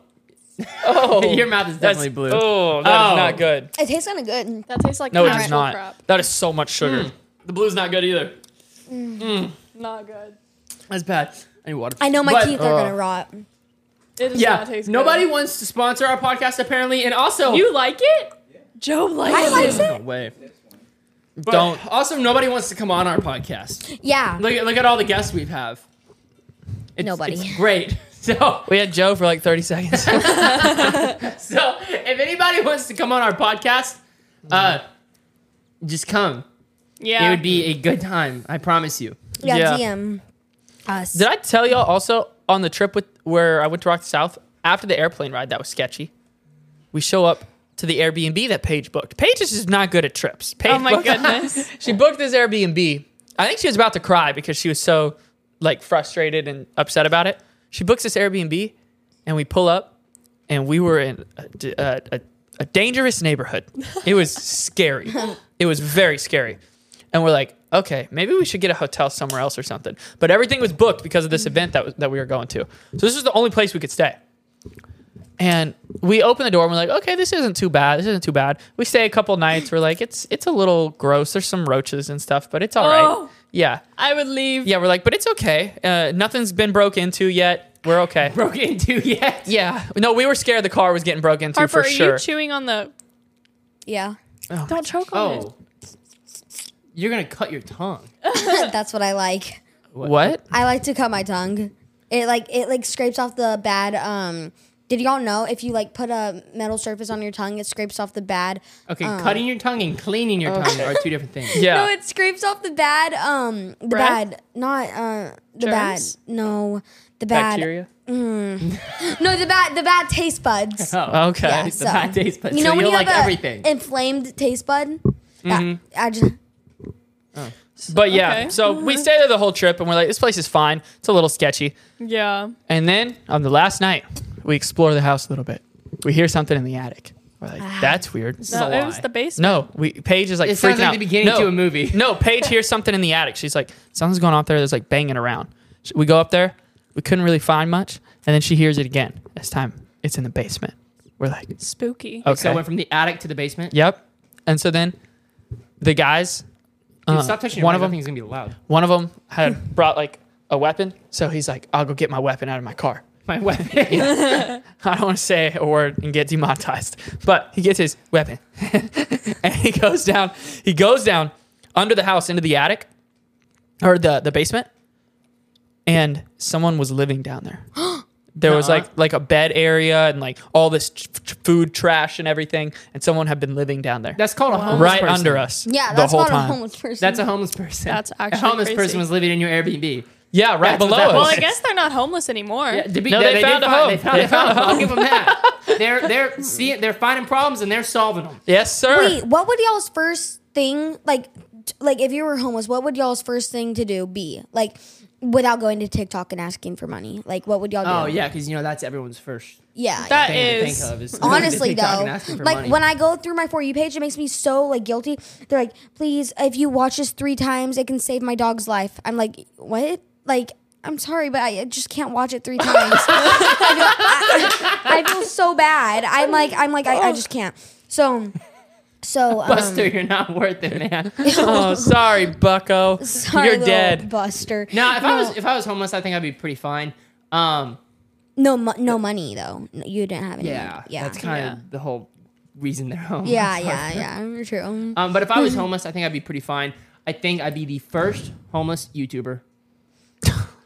S5: Oh.
S2: your mouth is
S5: That's-
S2: definitely blue.
S5: Oh, that is
S2: Oh.
S5: not good.
S4: It tastes kind of good.
S3: That tastes like
S5: No, it
S3: natural
S5: is not.
S3: crap.
S5: That is so much sugar.
S2: The blue's not good either.
S3: Not good.
S2: That's bad. I need water.
S4: I know my
S2: But-
S4: teeth are gonna rot.
S3: It does not
S2: Yeah,
S3: taste good.
S2: nobody wants to sponsor our podcast apparently, and also
S3: You like it? Joe likes
S4: I
S3: it.
S4: liked
S2: no
S4: it.
S2: way. But
S5: Don't.
S2: Also, nobody wants to come on our podcast.
S4: Yeah.
S2: Look at look at all the guests we have. It's,
S4: Nobody.
S2: It's great. So
S5: We had Joe for like 30 seconds.
S2: so if anybody wants to come on our podcast, uh, just come.
S3: Yeah.
S2: It would be a good time. I promise you.
S4: Yeah.
S5: Yeah.
S4: DM us.
S5: Did I tell y'all also on the trip with where I went to Rock South after the airplane ride that was sketchy? We show up to the Airbnb that Paige booked. Paige is just not good at trips. Paige
S3: oh my
S5: booked-
S3: goodness.
S5: she booked this Airbnb. I think she was about to cry because she was so like frustrated and upset about it. She books this Airbnb, and we pull up, and we were in a, d- a- a- a dangerous neighborhood. It was scary. it was very scary, and we're like, okay, maybe we should get a hotel somewhere else or something. But everything was booked because of this event that was, that we were going to. So this was the only place we could stay. And we open the door and we're like, okay, this isn't too bad. This isn't too bad. We stay a couple nights. We're like, it's it's a little gross. There's some roaches and stuff, but it's all right.
S3: Oh.
S5: Yeah.
S3: I would leave.
S5: Yeah, we're like, but it's okay. Uh, nothing's been broke into yet. We're okay.
S2: Broke into yet?
S5: Yeah. No, we were scared the car was getting broke into
S3: Harper,
S5: for
S3: are
S5: sure.
S3: you chewing on the?
S4: Yeah.
S3: Don't choke on it.
S2: Oh, you're gonna cut your tongue.
S4: That's what I like.
S5: what?
S4: I like to cut my tongue. It like it like scrapes off the bad. Um. Did y'all know if you like put a metal surface on your tongue, it scrapes off the bad.
S2: Okay,
S3: Uh.
S2: cutting your tongue and cleaning your tongue are two different things.
S5: Yeah.
S4: No, it scrapes off the bad. Um. The
S3: Breath?
S4: bad. Not uh. The
S3: Germs?
S4: bad. No. The bad.
S5: Bacteria.
S4: No, the bad. The bad taste buds.
S2: Oh,
S5: Okay.
S4: Yeah,
S2: the
S4: so-
S2: bad taste buds. so
S4: when
S2: you'll like
S4: a
S2: everything. Mm-hmm.
S4: inflamed taste bud. That- I just
S5: But yeah,
S3: Okay.
S5: so we stay there the whole trip and we're like, this place is fine. It's a little sketchy.
S3: Yeah.
S5: And then on the last night, we explore the house a little bit. We hear something in the attic. We're like,
S2: Ah.
S5: that's weird.
S2: This is
S3: No,
S2: a lie.
S3: it was the basement.
S5: No, we Paige is like
S2: It
S5: freaking
S2: sounds like
S5: out.
S2: the beginning
S5: no,
S2: to a movie.
S5: no, Paige hears something in the attic. She's like, something's going on up there. There's like banging around. Sh- We go up there. We couldn't really find much, and then she hears it again. This time, it's in the basement. We're like,
S3: Spooky.
S5: okay,
S2: So I went from the attic to the basement.
S5: yep. And so then, the guys,
S2: Dude,
S5: uh,
S2: stop touching your
S5: one
S2: mic,
S5: of
S2: that
S5: them,
S2: thing's gonna be loud.
S5: one of them had brought like a weapon. So he's like, I'll go get my weapon out of my car.
S2: My weapon.
S5: I don't want to say a word and get demonetized, but he gets his weapon and he goes down. He goes down under the house into the attic or the the basement, and someone was living down there. There was
S2: Nuh-uh.
S5: like like a bed area and like all this ch- ch- food trash and everything, and someone had been living down there,
S2: That's called a homeless
S5: right
S2: person.
S5: under us.
S4: Yeah,
S5: the
S4: that's
S5: whole
S4: not
S5: time.
S4: a homeless person.
S2: That's a homeless person.
S3: That's
S2: a
S3: actually
S2: homeless
S3: crazy.
S2: person was living in your Airbnb.
S5: Yeah, right
S2: That's what
S5: below
S2: that
S5: us.
S3: Well,
S2: was.
S3: I guess they're not homeless anymore.
S2: Yeah, to be-
S5: No, they
S2: did
S5: found a
S2: find-
S5: home.
S2: They found,
S5: They
S2: they found a
S5: found a
S2: home. I'll give them that. They're they're seeing they're finding problems and they're solving them.
S5: Yes, sir.
S4: Wait, what would y'all's first thing like? t- Like, if you were homeless, what would y'all's first thing to do be? Like, without going to TikTok and asking for money, like, what would y'all do?
S2: Oh yeah, because you know that's everyone's first
S4: yeah.
S3: That
S2: thing to
S3: is-
S2: think of. Is
S4: Honestly,
S2: TikTok and
S4: though,
S2: asking for
S4: like
S2: money.
S4: when I go through my for you page, it makes me so like guilty. They're like, "Please, if you watch this three times, it can save my dog's life." I'm like, "What?" Like, I'm sorry, but I just can't watch it three times. I, don't- I- I feel so bad. I'm like, I'm like, I, I just can't. So, so um,
S2: Buster, you're not worth it, man.
S5: oh, sorry, Bucko.
S4: sorry,
S5: You're
S4: little
S5: dead.
S4: Buster.
S2: no, if I was if I was homeless, I think I'd be pretty fine. Um,
S4: No, mo- no money though. No, you didn't have any.
S2: yeah,
S4: money. yeah,
S2: that's kind of the whole reason they're homeless.
S4: yeah, yeah, yeah. True.
S2: Um, but if I was homeless, I think I'd be pretty fine. I think I'd be the first homeless YouTuber.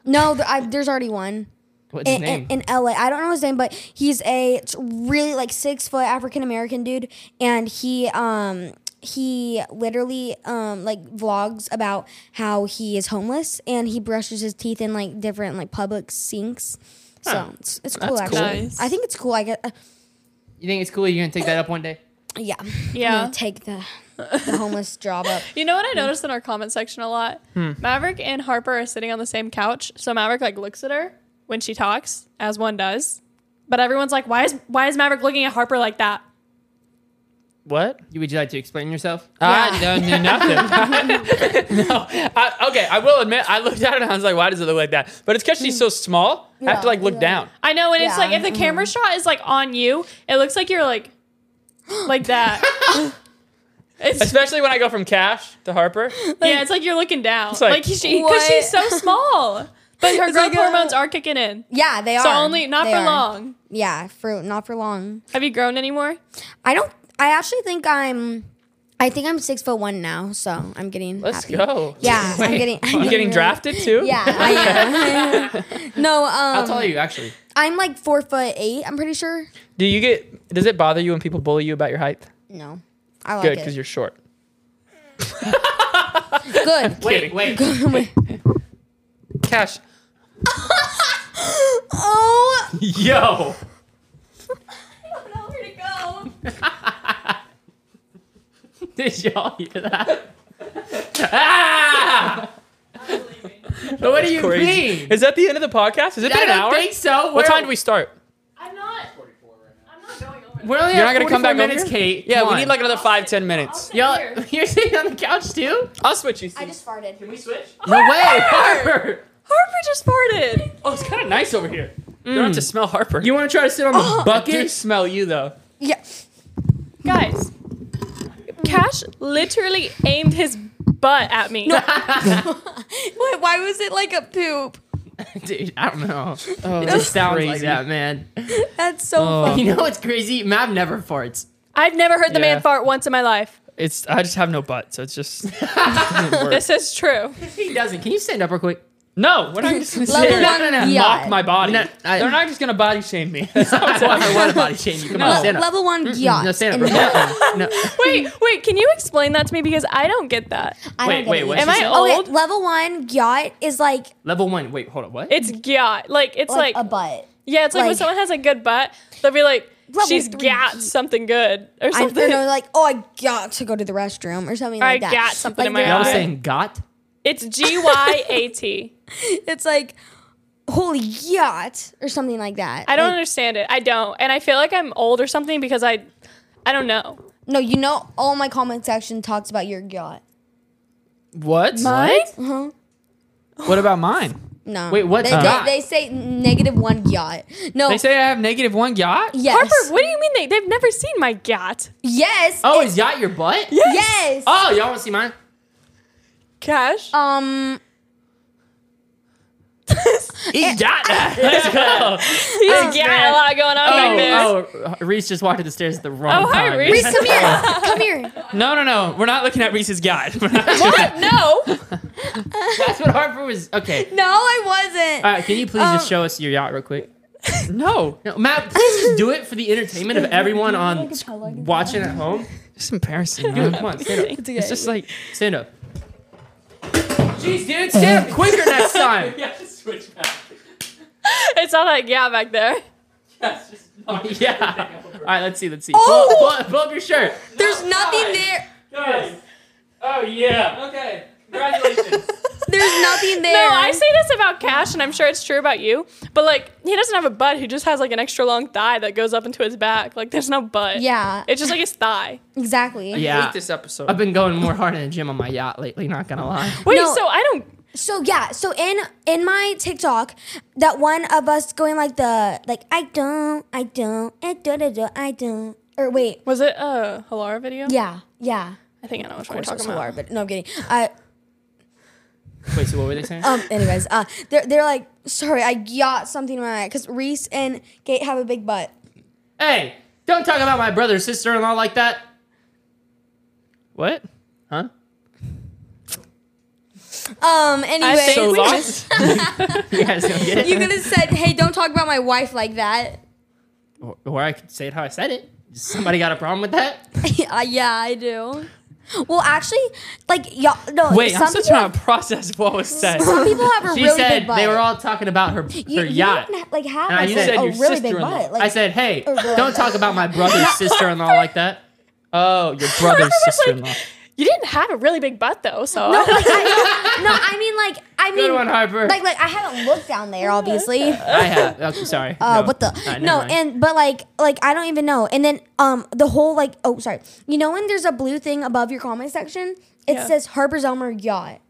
S4: No, th- I, there's already one.
S2: What's his
S4: in,
S2: name?
S4: in, in LA. I don't know his name, but he's a t- really like six foot African American dude, and he um he literally um like vlogs about how he is homeless and he brushes his teeth in like different like public sinks. So it's, it's cool.
S5: That's
S4: actually,
S5: cool.
S3: Nice.
S4: I think it's cool. I get uh,
S2: you think it's cool? You're gonna take that up one day?
S4: yeah I'm
S3: Yeah.
S4: gonna take the the homeless job up.
S3: You know what I noticed in our comment section a lot? Maverick and Harper are sitting on the same couch, so Maverick like looks at her when she talks, as one does. But everyone's like, "Why is why is Maverick looking at Harper like that?"
S5: What?
S2: You- Would you like to explain yourself?
S5: I don't know nothing. no, I, okay. I will admit, I looked at it and I was like, "Why does it look like that?" But it's because she's so small. I have to
S4: Yeah,
S5: like look
S4: yeah.
S5: down.
S3: I know, and it's
S4: Yeah.
S3: like if the camera shot is like on you, it looks like you're like like that. it's
S5: Especially when I go from Cash to Harper.
S3: yeah, it's like you're looking down,
S5: like,
S3: like, she because she's so
S4: what?
S3: small, but her
S4: It's
S3: growth
S4: like a-
S3: hormones are kicking in.
S4: Yeah, they are.
S3: uh, So only not
S4: They
S3: for
S4: are.
S3: long.
S4: Yeah, for not for long.
S3: Have you grown anymore?
S4: I don't. I actually think I'm. I think I'm six foot one now, so I'm getting.
S5: Let's
S4: happy.
S5: go.
S4: Yeah, I'm getting. I'm
S5: You getting
S4: really-
S5: drafted too?
S4: Yeah, I am. no, um,
S2: I'll tell you actually.
S4: I'm like four foot eight. I'm pretty sure.
S5: Do you get? Does it bother you when people bully you about your height?
S4: No, I like
S5: Good,
S4: it.
S5: because you're short.
S4: good.
S2: Wait, wait.
S5: Cash.
S4: oh,
S5: Yo.
S3: Nowhere to go.
S2: Did y'all hear that? ah! But what do you mean?
S5: Is that the end of the podcast? Has it been
S2: I
S5: an
S2: don't
S5: hour?
S2: think so.
S5: What time do we start?
S3: I'm not. I'm not going over.
S2: We're only
S5: You're
S2: at
S5: not gonna come
S2: 44
S5: back over
S2: minutes,
S5: here?
S2: Kate.
S5: Yeah,
S2: Come
S5: we
S2: on.
S5: need like another five ten minutes.
S2: y'all. You're sitting on the couch too.
S5: I'll switch you.
S4: I just farted.
S2: Can we switch? No way. Harper!
S3: Harper just farted.
S5: Oh, it's kind of nice over here. You don't have to smell Harper.
S2: You want to try to sit on the
S5: I do
S2: bucket?
S5: smell you though.
S4: Yeah.
S3: Guys, Cash literally aimed his butt at me.
S4: Why, why was it like a poop?
S2: Dude, I don't
S5: Oh,
S2: know. It Um, just sounds like
S5: crazy.
S2: that, man.
S4: That's so
S5: Oh.
S4: funny.
S2: You know what's crazy? Mav never farts.
S3: I've never heard the
S5: Yeah.
S3: man fart once in my life.
S5: It's I just have no butt, so it's just doesn't work.
S3: This is true.
S2: He doesn't. Can you stand up real quick?
S5: No, we're not just gonna
S4: Level
S5: sit here
S2: No,
S5: and
S2: no, no.
S4: one.
S2: Mock
S4: yacht.
S5: mock my body.
S2: No, I-
S5: They're not just gonna body shame me. That's not
S2: That's
S5: what
S2: why I want a body chain. You come on,
S4: Le-
S2: stand up.
S4: level one yacht.
S2: No, stand up.
S4: And-
S2: real quick. No.
S3: Wait, wait, can you explain that to me? Because I don't get that.
S4: I
S2: Wait,
S4: don't get
S2: wait,
S4: it
S2: what
S4: either.
S3: Am I old?
S4: Okay, level one yacht is like
S2: Level one. Wait, hold on. What?
S3: It's got. Like, it's
S4: like,
S3: like,
S4: a butt.
S3: yeah, it's like, when
S4: like-
S3: someone has a good butt, they'll be like,
S4: Level
S3: she's
S4: three.
S3: got something good or
S4: I
S3: something.
S4: don't know, like oh, I got to go to the restroom or something
S3: I
S4: like that.
S3: got something
S4: Like,
S3: in my
S4: they're
S2: Y'all
S3: eye.
S2: saying got?
S3: It's G Y A T.
S4: it's like holy yacht or something like that.
S3: I don't
S4: Like,
S3: understand it. I don't. And I feel like I'm old or something because I I don't know.
S4: no, you know, all my comment section talks about your yacht.
S5: What?
S4: Uh-huh.
S5: What about mine?
S4: No.
S5: Wait, what
S4: They,
S5: yacht?
S4: they, they say negative one yacht. No.
S5: They say I have negative one yacht.
S4: yes.
S3: Harper, what do you mean they, they've never seen my yacht?
S4: Yes.
S2: Oh,
S4: it-
S2: is yacht your butt?
S4: Yes.
S2: Oh, y'all want to see mine?
S3: Cash?
S4: Um. Eh,
S5: He got that. Let's go.
S3: He's
S4: Oh,
S3: got a lot going on back there.
S2: Oh, oh, Reese just walked to the stairs at the wrong
S3: Oh, hi,
S2: time.
S3: Reese.
S4: Reese, come here. Come here.
S5: No, no, no. We're not looking at Reese's yacht. We're not doing that.
S3: No.
S2: That's what Harper was. Okay.
S4: No, I wasn't.
S2: All right, can you please
S4: Um,
S2: just show us your yacht real quick?
S5: no.
S2: No, Matt, please just do it for the entertainment of everyone on watching at home.
S5: It's embarrassing.
S2: Dude,
S5: man.
S2: come on, stand up.
S5: It's just like
S2: Stand up. Jeez, dude, stand up quicker next time.
S3: it's all like, yeah, back there.
S2: yeah. All right, let's see. Let's see.
S4: Oh!
S2: Pull, pull, pull up your shirt.
S4: There's nothing there.
S2: Guys. Oh yeah. Okay. Congratulations.
S4: There's nothing there.
S3: No, I say this about Cash, and I'm sure it's true about you, but like, he doesn't have a butt. He just has like an extra long thigh that goes up into his back. Like, there's no butt.
S4: Yeah.
S3: It's just like his thigh.
S4: Exactly.
S2: yeah.
S5: this episode.
S2: I've been going more hard in the gym on my yacht lately. Not gonna lie.
S3: Wait,
S4: No.
S3: so I don't.
S4: So yeah, so in in my TikTok, that one of us going like the like I don't, I don't, eh, I don't, I don't, I don't. Or wait,
S3: Was it a Halara video?
S4: yeah, yeah.
S3: I think I know which one
S4: We're
S3: you're
S4: talking
S3: talking about.
S4: but no, I'm kidding. Uh,
S2: Wait. So what were they saying?
S4: um. Anyways, uh, they're they're like, sorry, I got something right because Reese and Gate have a big butt.
S2: hey, don't talk about my brother, sister in law like that.
S5: what?
S2: Huh?
S4: Um. Anyways,
S3: think we
S4: you
S3: just-
S2: You guys gonna get it?
S4: could have said, hey, don't talk about my wife like that.
S2: Or, or I could say it how I said it. Somebody got a problem with that?
S4: yeah, Uh, yeah, I do. Well, actually, like y'all, no.
S5: Wait,
S4: some
S5: I'm still
S4: people
S5: trying
S4: have,
S5: to process what was said.
S4: some people have a
S2: She
S4: really
S2: said
S4: big butt.
S2: they were all talking about her her
S4: you, you
S2: yacht.
S4: didn't, like have
S2: And I
S4: like,
S2: said
S4: a
S5: your
S4: really big
S5: sister-in-law.
S4: butt. Like,
S2: I said, hey,
S4: Or really
S2: don't talk about my brother's sister in law like that.
S5: Oh, your brother's sister in law.
S3: You didn't have a really big butt though, so
S4: no, like, I, no, I mean like I mean
S2: Good one, Harper.
S4: like like I haven't looked down there obviously.
S2: I have. Okay, sorry.
S4: Uh,
S2: No.
S4: what the
S2: All right,
S4: no
S2: never mind.
S4: and but like like I don't even know and then um the whole like oh sorry you know when there's a blue thing above your comment section it
S3: Yeah.
S4: says Harper's Elmer yacht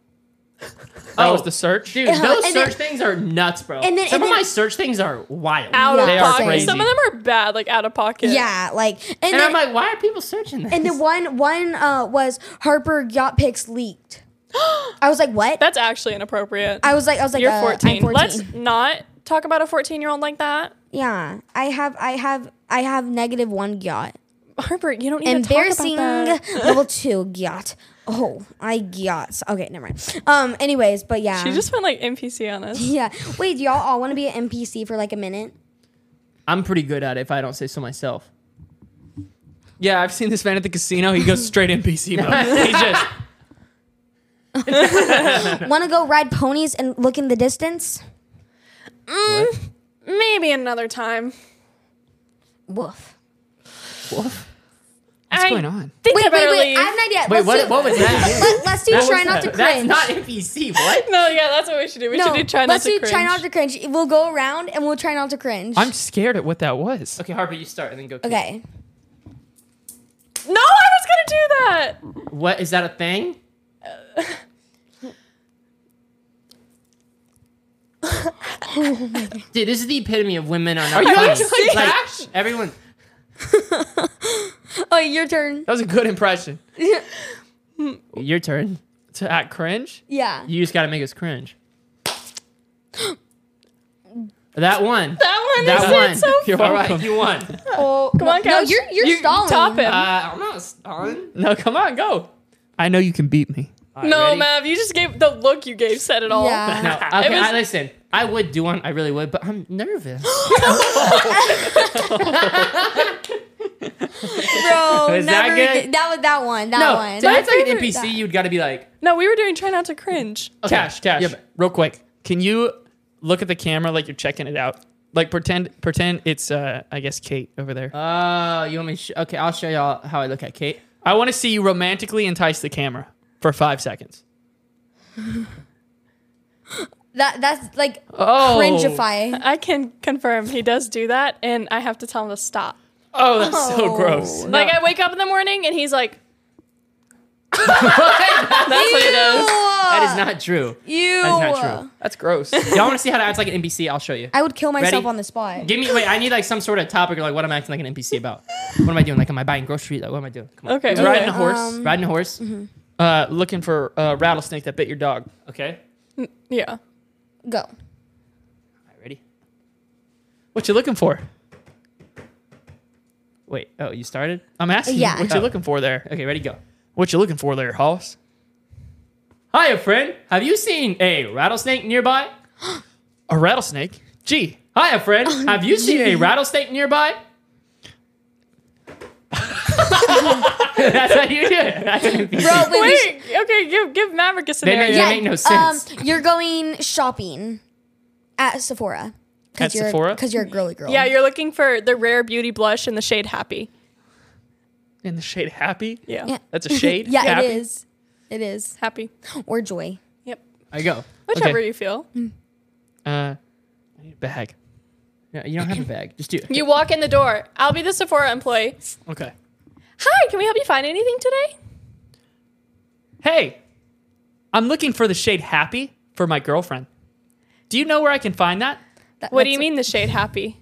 S5: That
S2: Oh.
S5: was the search.
S2: Dude,
S4: Uh-huh,
S2: those
S4: and
S2: search
S4: then-
S2: things are nuts, bro.
S4: and then-
S2: Some of
S4: and then-
S2: my search things are wild.
S3: out
S4: Yeah. They
S3: of
S4: are
S3: pocket.
S5: crazy.
S3: Some of them are bad, like out of pocket.
S4: yeah like
S2: And
S4: and, then
S2: I'm like, why are people searching this?
S4: and then one one uh was Harper yacht pics leaked I was like what
S3: That's actually inappropriate.
S4: I was like I was like
S3: You're
S4: uh, I'm
S3: 14.
S4: 14.
S3: Let's not talk about a 14 year old like that.
S4: yeah I have I have I have negative one yacht.
S3: Harper, you don't need
S4: embarrassing
S3: to talk about that.
S4: level two yacht. Oh, I yacht. Okay, never mind. Um, anyways, but yeah,
S3: She just went like NPC on us.
S4: yeah. Wait, do y'all all want to be an NPC for like a minute?
S2: I'm pretty good at it if I don't say so myself.
S5: Yeah, I've seen this man at the casino. He goes straight NPC mode. He just
S4: Want to go ride ponies and look in the distance?
S3: Mm, maybe another time.
S4: Woof.
S5: what's
S3: I
S5: going on?
S3: Think
S4: Wait,
S3: I
S4: wait,
S3: better
S4: wait.
S3: leave.
S4: I have an idea.
S2: Wait,
S4: let's
S2: what,
S4: do,
S2: what was that?
S4: Let, us do
S2: That
S4: try
S2: was-
S4: not to
S2: That's
S4: cringe.
S2: not NPC. What?
S3: no, yeah, that's what we should do. We
S4: no,
S3: should do try not
S4: let's
S3: to
S4: do
S3: cringe.
S4: try not to cringe. We'll go around and we'll try not to cringe.
S5: I'm scared at what that was.
S2: Okay, Harper, you start and then go. Kate.
S4: okay.
S3: no, I was gonna do
S2: What is that a thing? Dude, this is the epitome of women on our
S5: you
S2: phones.
S5: actually
S2: Like,
S5: Cash?
S2: everyone.
S4: Oh, your turn.
S5: That was a good impression.
S2: Your turn.
S5: To act cringe.
S4: Yeah.
S2: You just gotta make us cringe. That one.
S3: that. That one
S2: That
S3: is
S2: one.
S3: it so
S5: You're
S2: All
S5: welcome.
S2: right, you won. Uh,
S4: Oh,
S3: Come on,
S4: no,
S3: Cash.
S4: you're you're
S3: You-
S4: stalling.
S3: Top him.
S2: I'm not stalling.
S5: No, come on, go. I know you can beat me.
S2: All right,
S3: no,
S2: ready?
S3: Mav, you just gave the look you gave said it all.
S4: Yeah.
S2: No, okay,
S3: was-
S2: I, listen. I would do one. I really would, but I'm nervous.
S4: Bro,
S2: Is that
S4: never
S2: good?
S4: did- that was that one. That
S2: no,
S4: one.
S2: so that's like an
S3: favorite-
S2: NPC. You'd gotta be like,
S3: No, we were doing try not to cringe.
S2: okay.
S5: Cash, cash.
S2: Yeah, but-
S5: real quick. Can you look at the camera like you're checking it out? Like pretend pretend it's uh I guess Kate over there.
S2: Oh, you want me? to Sh- okay, I'll show y'all how I look at Kate.
S5: I want to see you romantically entice the camera for five seconds.
S4: That that's like
S5: Oh.
S4: cringeify.
S3: I can confirm he does do that, and I have to tell him to stop.
S5: Oh, that's so gross.
S4: Oh.
S3: Like I wake up in the morning and he's like,
S2: That's what he does. That
S4: Ah.
S2: is not true.
S4: Ew.
S2: That is not true.
S5: That's gross.
S2: Y'all want to see how to act like an NPC? I'll show you.
S4: I would kill myself
S2: Ready?
S4: on the spot.
S2: Give me wait. I need like some sort of topic or like what I'm acting like an NPC about. What am I doing? Like, am I buying groceries? Like, what am I doing? Come on.
S3: okay, okay.
S5: Riding a horse.
S2: Riding a horse.
S5: uh, looking for a rattlesnake that bit your dog.
S2: Okay.
S3: yeah.
S4: Go.
S2: All right, ready.
S5: What you looking for?
S2: Wait. Oh, you started.
S5: I'm asking you
S4: Yeah.
S5: what you
S2: Oh.
S5: looking for there.
S2: Okay, ready. Go.
S5: What you looking for there, Hoss?
S2: Hiya, friend. Have you seen a rattlesnake nearby?
S5: A rattlesnake? Gee,
S2: Hiya, friend.
S5: Oh,
S2: Have you seen a rattlesnake nearby? That's how you do it. That's an NPC.
S4: Bro, wait. we should-
S3: Wait, okay, give give Maverick a scenario.
S2: They may- That make no sense.
S4: Um, you're going shopping at Sephora. 'Cause
S5: At
S4: you're,
S5: Sephora?
S4: Because you're a girly girl.
S3: yeah, you're looking for the rare beauty blush in the shade happy.
S5: in the shade happy?
S3: Yeah,
S4: Yeah.
S5: That's a shade?
S4: Yeah,
S5: happy?
S4: it is. It is.
S3: happy.
S4: Or joy.
S3: Yep.
S2: I go.
S3: Whichever you feel.
S5: Uh, I need a bag.
S2: Yeah, you don't have a bag. Just do it.
S3: You walk in the door. I'll be the Sephora employee.
S5: Okay.
S3: Hi, can we help you find anything today?
S5: Hey, I'm looking for the shade happy for my girlfriend. Do you know where I can find that?
S4: That-
S3: What do you
S4: that's-
S3: mean the shade happy?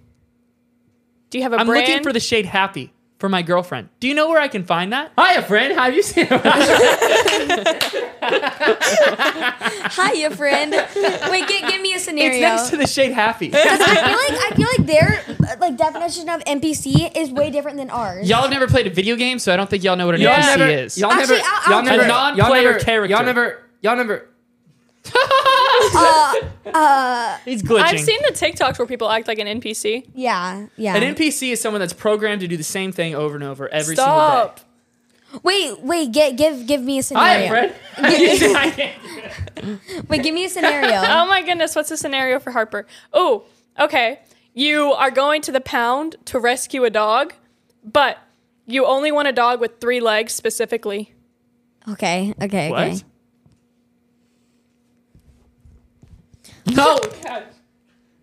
S3: Do you have a
S5: I'm
S3: brand?
S5: looking for the shade happy for my girlfriend. Do you know where I can find that?
S2: Hiya, friend. Have you seen a
S4: Hiya, friend. Wait, get, give me a scenario.
S5: It's next to the shade happy.
S4: I feel like I feel like their like definition of NPC is way different than ours.
S5: y'all have never played a video game, so I don't think y'all know what an
S2: Y'all
S5: NPC
S2: never,
S5: is.
S2: Y'all
S4: Actually,
S2: never,
S4: I'll- I'll
S2: y'all
S4: try.
S2: never,
S5: A non-player
S2: y'all never,
S5: character.
S2: Y'all never, y'all never.
S4: Uh, uh,
S5: He's glitching.
S3: I've seen the TikToks where people act like an NPC.
S4: yeah, yeah.
S5: An NPC is someone that's programmed to do the same thing over and over every
S3: Stop.
S4: wait, wait. Get give give me a
S2: Hiya,
S4: scenario.
S2: friend.
S4: Wait, give me a scenario.
S2: Um,
S3: Oh my goodness, what's the scenario for Harper? Oh, okay. You are going to the pound to rescue a dog, but you only want a dog with three legs specifically.
S4: okay, okay,
S5: single day.
S4: okay.
S2: Oh,
S5: No.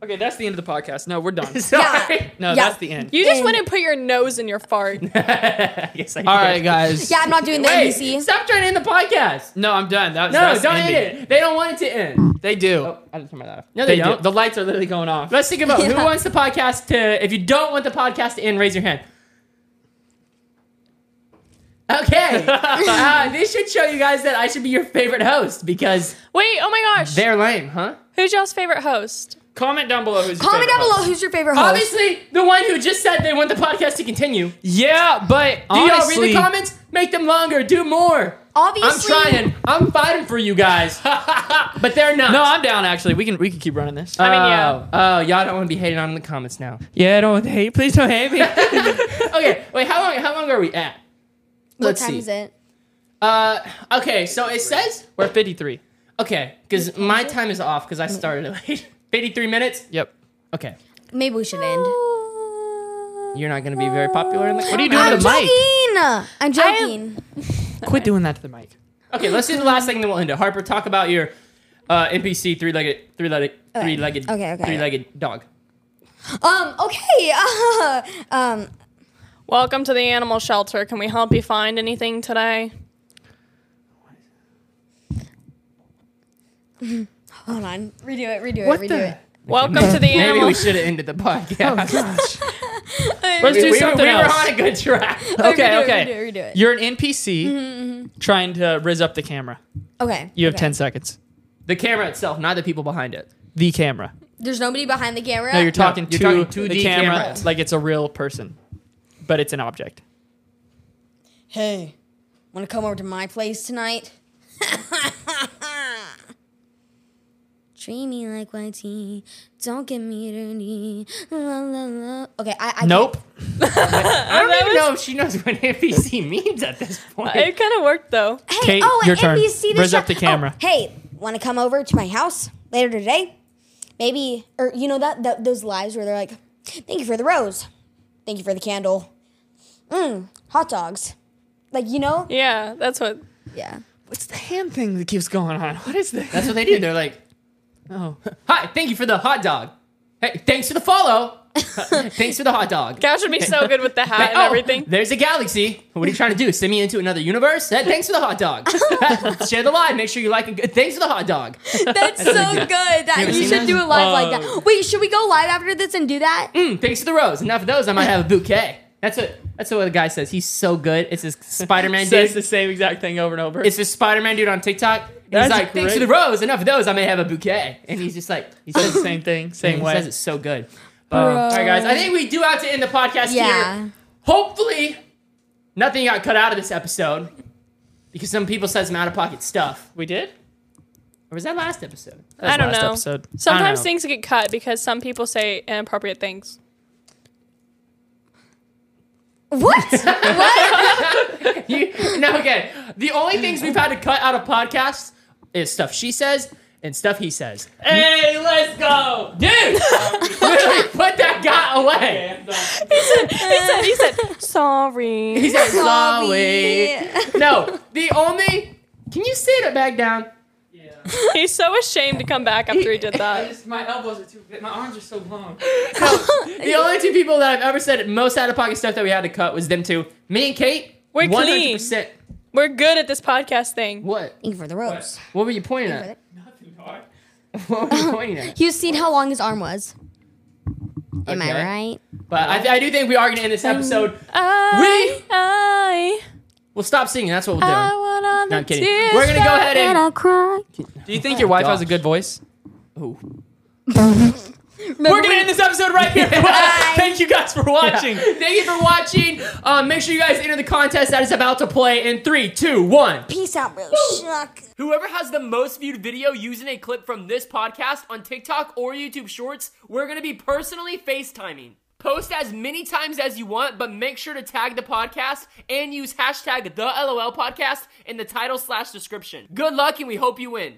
S5: Okay, that's the end of the podcast. No, we're done.
S2: Sorry.
S5: No,
S4: Yeah.
S5: that's the end.
S3: You just
S4: And-
S3: went and put your nose in your fart.
S2: Yes, I
S5: All
S2: did.
S5: right, guys.
S4: Yeah, I'm not doing the
S2: Wait,
S4: NPC.
S2: stop trying to end the podcast.
S5: No, I'm done. That was
S2: No,
S5: that's
S2: don't
S5: ending.
S2: end it. They don't want it to end.
S5: They do.
S2: Oh, I didn't turn my light off. No,
S5: they
S2: they, don't.
S5: do. The lights are literally going off.
S2: Let's think about who
S4: Yeah.
S2: wants the podcast to. If you don't want the podcast to end, raise your hand. Okay, uh, this should show you guys that I should be your favorite host because
S3: Wait, oh my gosh.
S2: they're lame, huh?
S3: Who's y'all's favorite host?
S5: Comment down below who's
S4: Comment down below who's your favorite host.
S2: Obviously, the one who just said they want the podcast to continue. Do
S5: Yeah, but
S2: y'all
S5: honestly,
S2: read the comments? Make them longer. Do more. I'm
S4: Obviously,
S2: trying. I'm fighting for you guys, but they're not.
S5: No, I'm down. Actually, we can we can keep running this. Uh,
S2: I
S3: mean,
S2: mean,
S3: yeah.
S2: yeah. Oh, y'all don't want to be hated on in the comments now.
S5: yeah, don't hate. Please don't hate me.
S2: Okay, wait. How long? How long are we at?
S4: What
S2: Let's
S4: time
S2: see.
S4: is it?
S2: Uh, okay. So it says
S5: we're 53.
S2: okay because my time is off because I started late. Fifty-three minutes.
S5: Yep.
S2: Okay,
S4: Maybe we should end.
S2: Uh, you're not gonna be very popular in the.
S5: What are you doing
S4: I'm
S5: to the mic?
S4: joking. I'm joking.
S5: Quit doing that to the mic.
S2: Okay, let's do the last thing, then we'll end it. Harper, talk about your uh, NPC three-legged, three-legged,
S4: Okay.
S2: three-legged,
S4: Okay, okay.
S2: three-legged dog.
S4: Um. Okay. Uh, um.
S3: Welcome to the animal shelter. Can we help you find anything today?
S4: Hold on. Redo it. Redo it. redo it.
S3: Welcome to the
S2: Maybe
S3: animal
S2: we should have ended the podcast.
S5: Oh, Let's
S2: we,
S5: do
S2: we-
S5: something
S2: we
S5: else.
S2: were on a good track.
S5: okay,
S4: redo it,
S5: okay.
S4: redo it, redo it.
S5: You're an NPC trying to riz up the camera.
S4: Okay.
S5: You have
S4: okay.
S5: 10 seconds.
S2: The camera itself, not the people behind it.
S5: The camera.
S4: There's nobody behind the camera.
S5: No, you're talking,
S2: you're
S5: to,
S2: talking to
S5: the,
S2: the
S5: camera,
S2: camera.
S5: like it's a real person, but it's an object.
S4: hey, want to come over to my place tonight? Treat me like whitey. Don't get me dirty. La, la, la. Okay, I, I
S5: Nope.
S2: I don't
S3: that
S2: even
S3: was-
S2: know if she knows what NPC means at this point.
S3: It kind of worked though.
S4: Can't. Hey,
S5: Kate,
S4: oh,
S5: your
S4: an
S5: turn.
S4: NPC
S5: Raise up
S4: shot-
S5: the camera.
S4: Oh, hey, want to come over to my house later today? Maybe, or you know that, that those lives where they're like, "Thank you for the rose, thank you for the candle, mm, hot dogs." Like you know,
S3: Yeah, that's what.
S4: yeah.
S5: What's the hand thing that keeps going on? What is this?
S2: That's what they do. They're like,
S5: Oh.
S2: Hi, thank you for the hot dog. Hey, thanks for the follow. thanks for the hot dog.
S3: Cash would be so good with the hat and
S2: Oh,
S3: everything.
S2: There's a galaxy. What are you trying to do? Send me into another universe? Hey, thanks for the hot dog. Share the live. Make sure you like it. Thanks for the hot dog.
S4: That's so good. That
S2: ever
S4: you
S2: seen
S4: should
S2: that?
S4: do it live like that. Wait, should we go live after this and do that?
S2: Mm, thanks for the rose. Enough of those. I might have a bouquet. That's what. That's what the guy says. He's so good. It's this Spider-Man
S5: Says
S2: dude.
S5: the same exact thing over and over.
S2: It's this Spider-Man dude on TikTok. And
S5: That's
S2: he's like, thanks for
S5: great.
S2: the rose. Enough of those. I may have a bouquet. And he's just like, he says the same.
S5: same thing,
S2: Thing.
S5: same
S2: He
S5: way.
S2: says it's so good. Um, all right, guys. I think we do have to end the podcast here.
S4: Yeah.
S2: Hopefully, nothing got cut out of this episode because some people said some out-of-pocket stuff.
S5: we did.
S2: Or was that last episode?
S5: That was
S3: I don't
S5: last
S3: know.
S5: episode. I don't
S3: Sometimes
S5: know.
S3: things get cut because some people say inappropriate things.
S4: What? what?
S2: You, no, okay. The only things we've had to cut out of podcasts is stuff she says and stuff he says.
S5: Hey, let's go.
S2: Dude, literally put that guy away.
S3: He said, he said, sorry.
S2: He said, "Sorry." No, the only. Can you sit it back down?
S3: He's so ashamed to come back after he did that.
S5: my elbows are too big. My arms are so long.
S2: The only two people that I've ever said most out of pocket stuff that we had to cut was them two. Me and Kate.
S3: We're clean.
S2: 100%.
S3: We're good at this podcast thing.
S2: What?
S4: Thank you for the ropes.
S2: What were you pointing at? What were you pointing at?
S4: You've seen how long his arm was. Am
S2: Okay.
S4: I right?
S2: But I, I do think we are going to end this episode.
S3: I, I,
S2: We'll stop singing. That's what we'll do.
S3: I want on
S2: No,
S3: the
S2: I'm kidding. We're gonna go ahead and.
S4: I'll cry.
S5: Do you think your wife has a
S2: Oh gosh.
S5: good voice?
S2: We're gonna end this episode right here.
S5: Thank you guys for watching.
S2: Thank you for watching. Um, make sure you guys enter the contest that is about to play in three, two, one.
S4: Peace out, bro. Shuck.
S2: Whoever has the most viewed video using a clip from this podcast on TikTok or YouTube Shorts, we're going to be personally FaceTiming. Post as many times as you want, but make sure to tag the podcast and use hashtag the LOL podcast in the title slash description. Good luck, and we hope you win.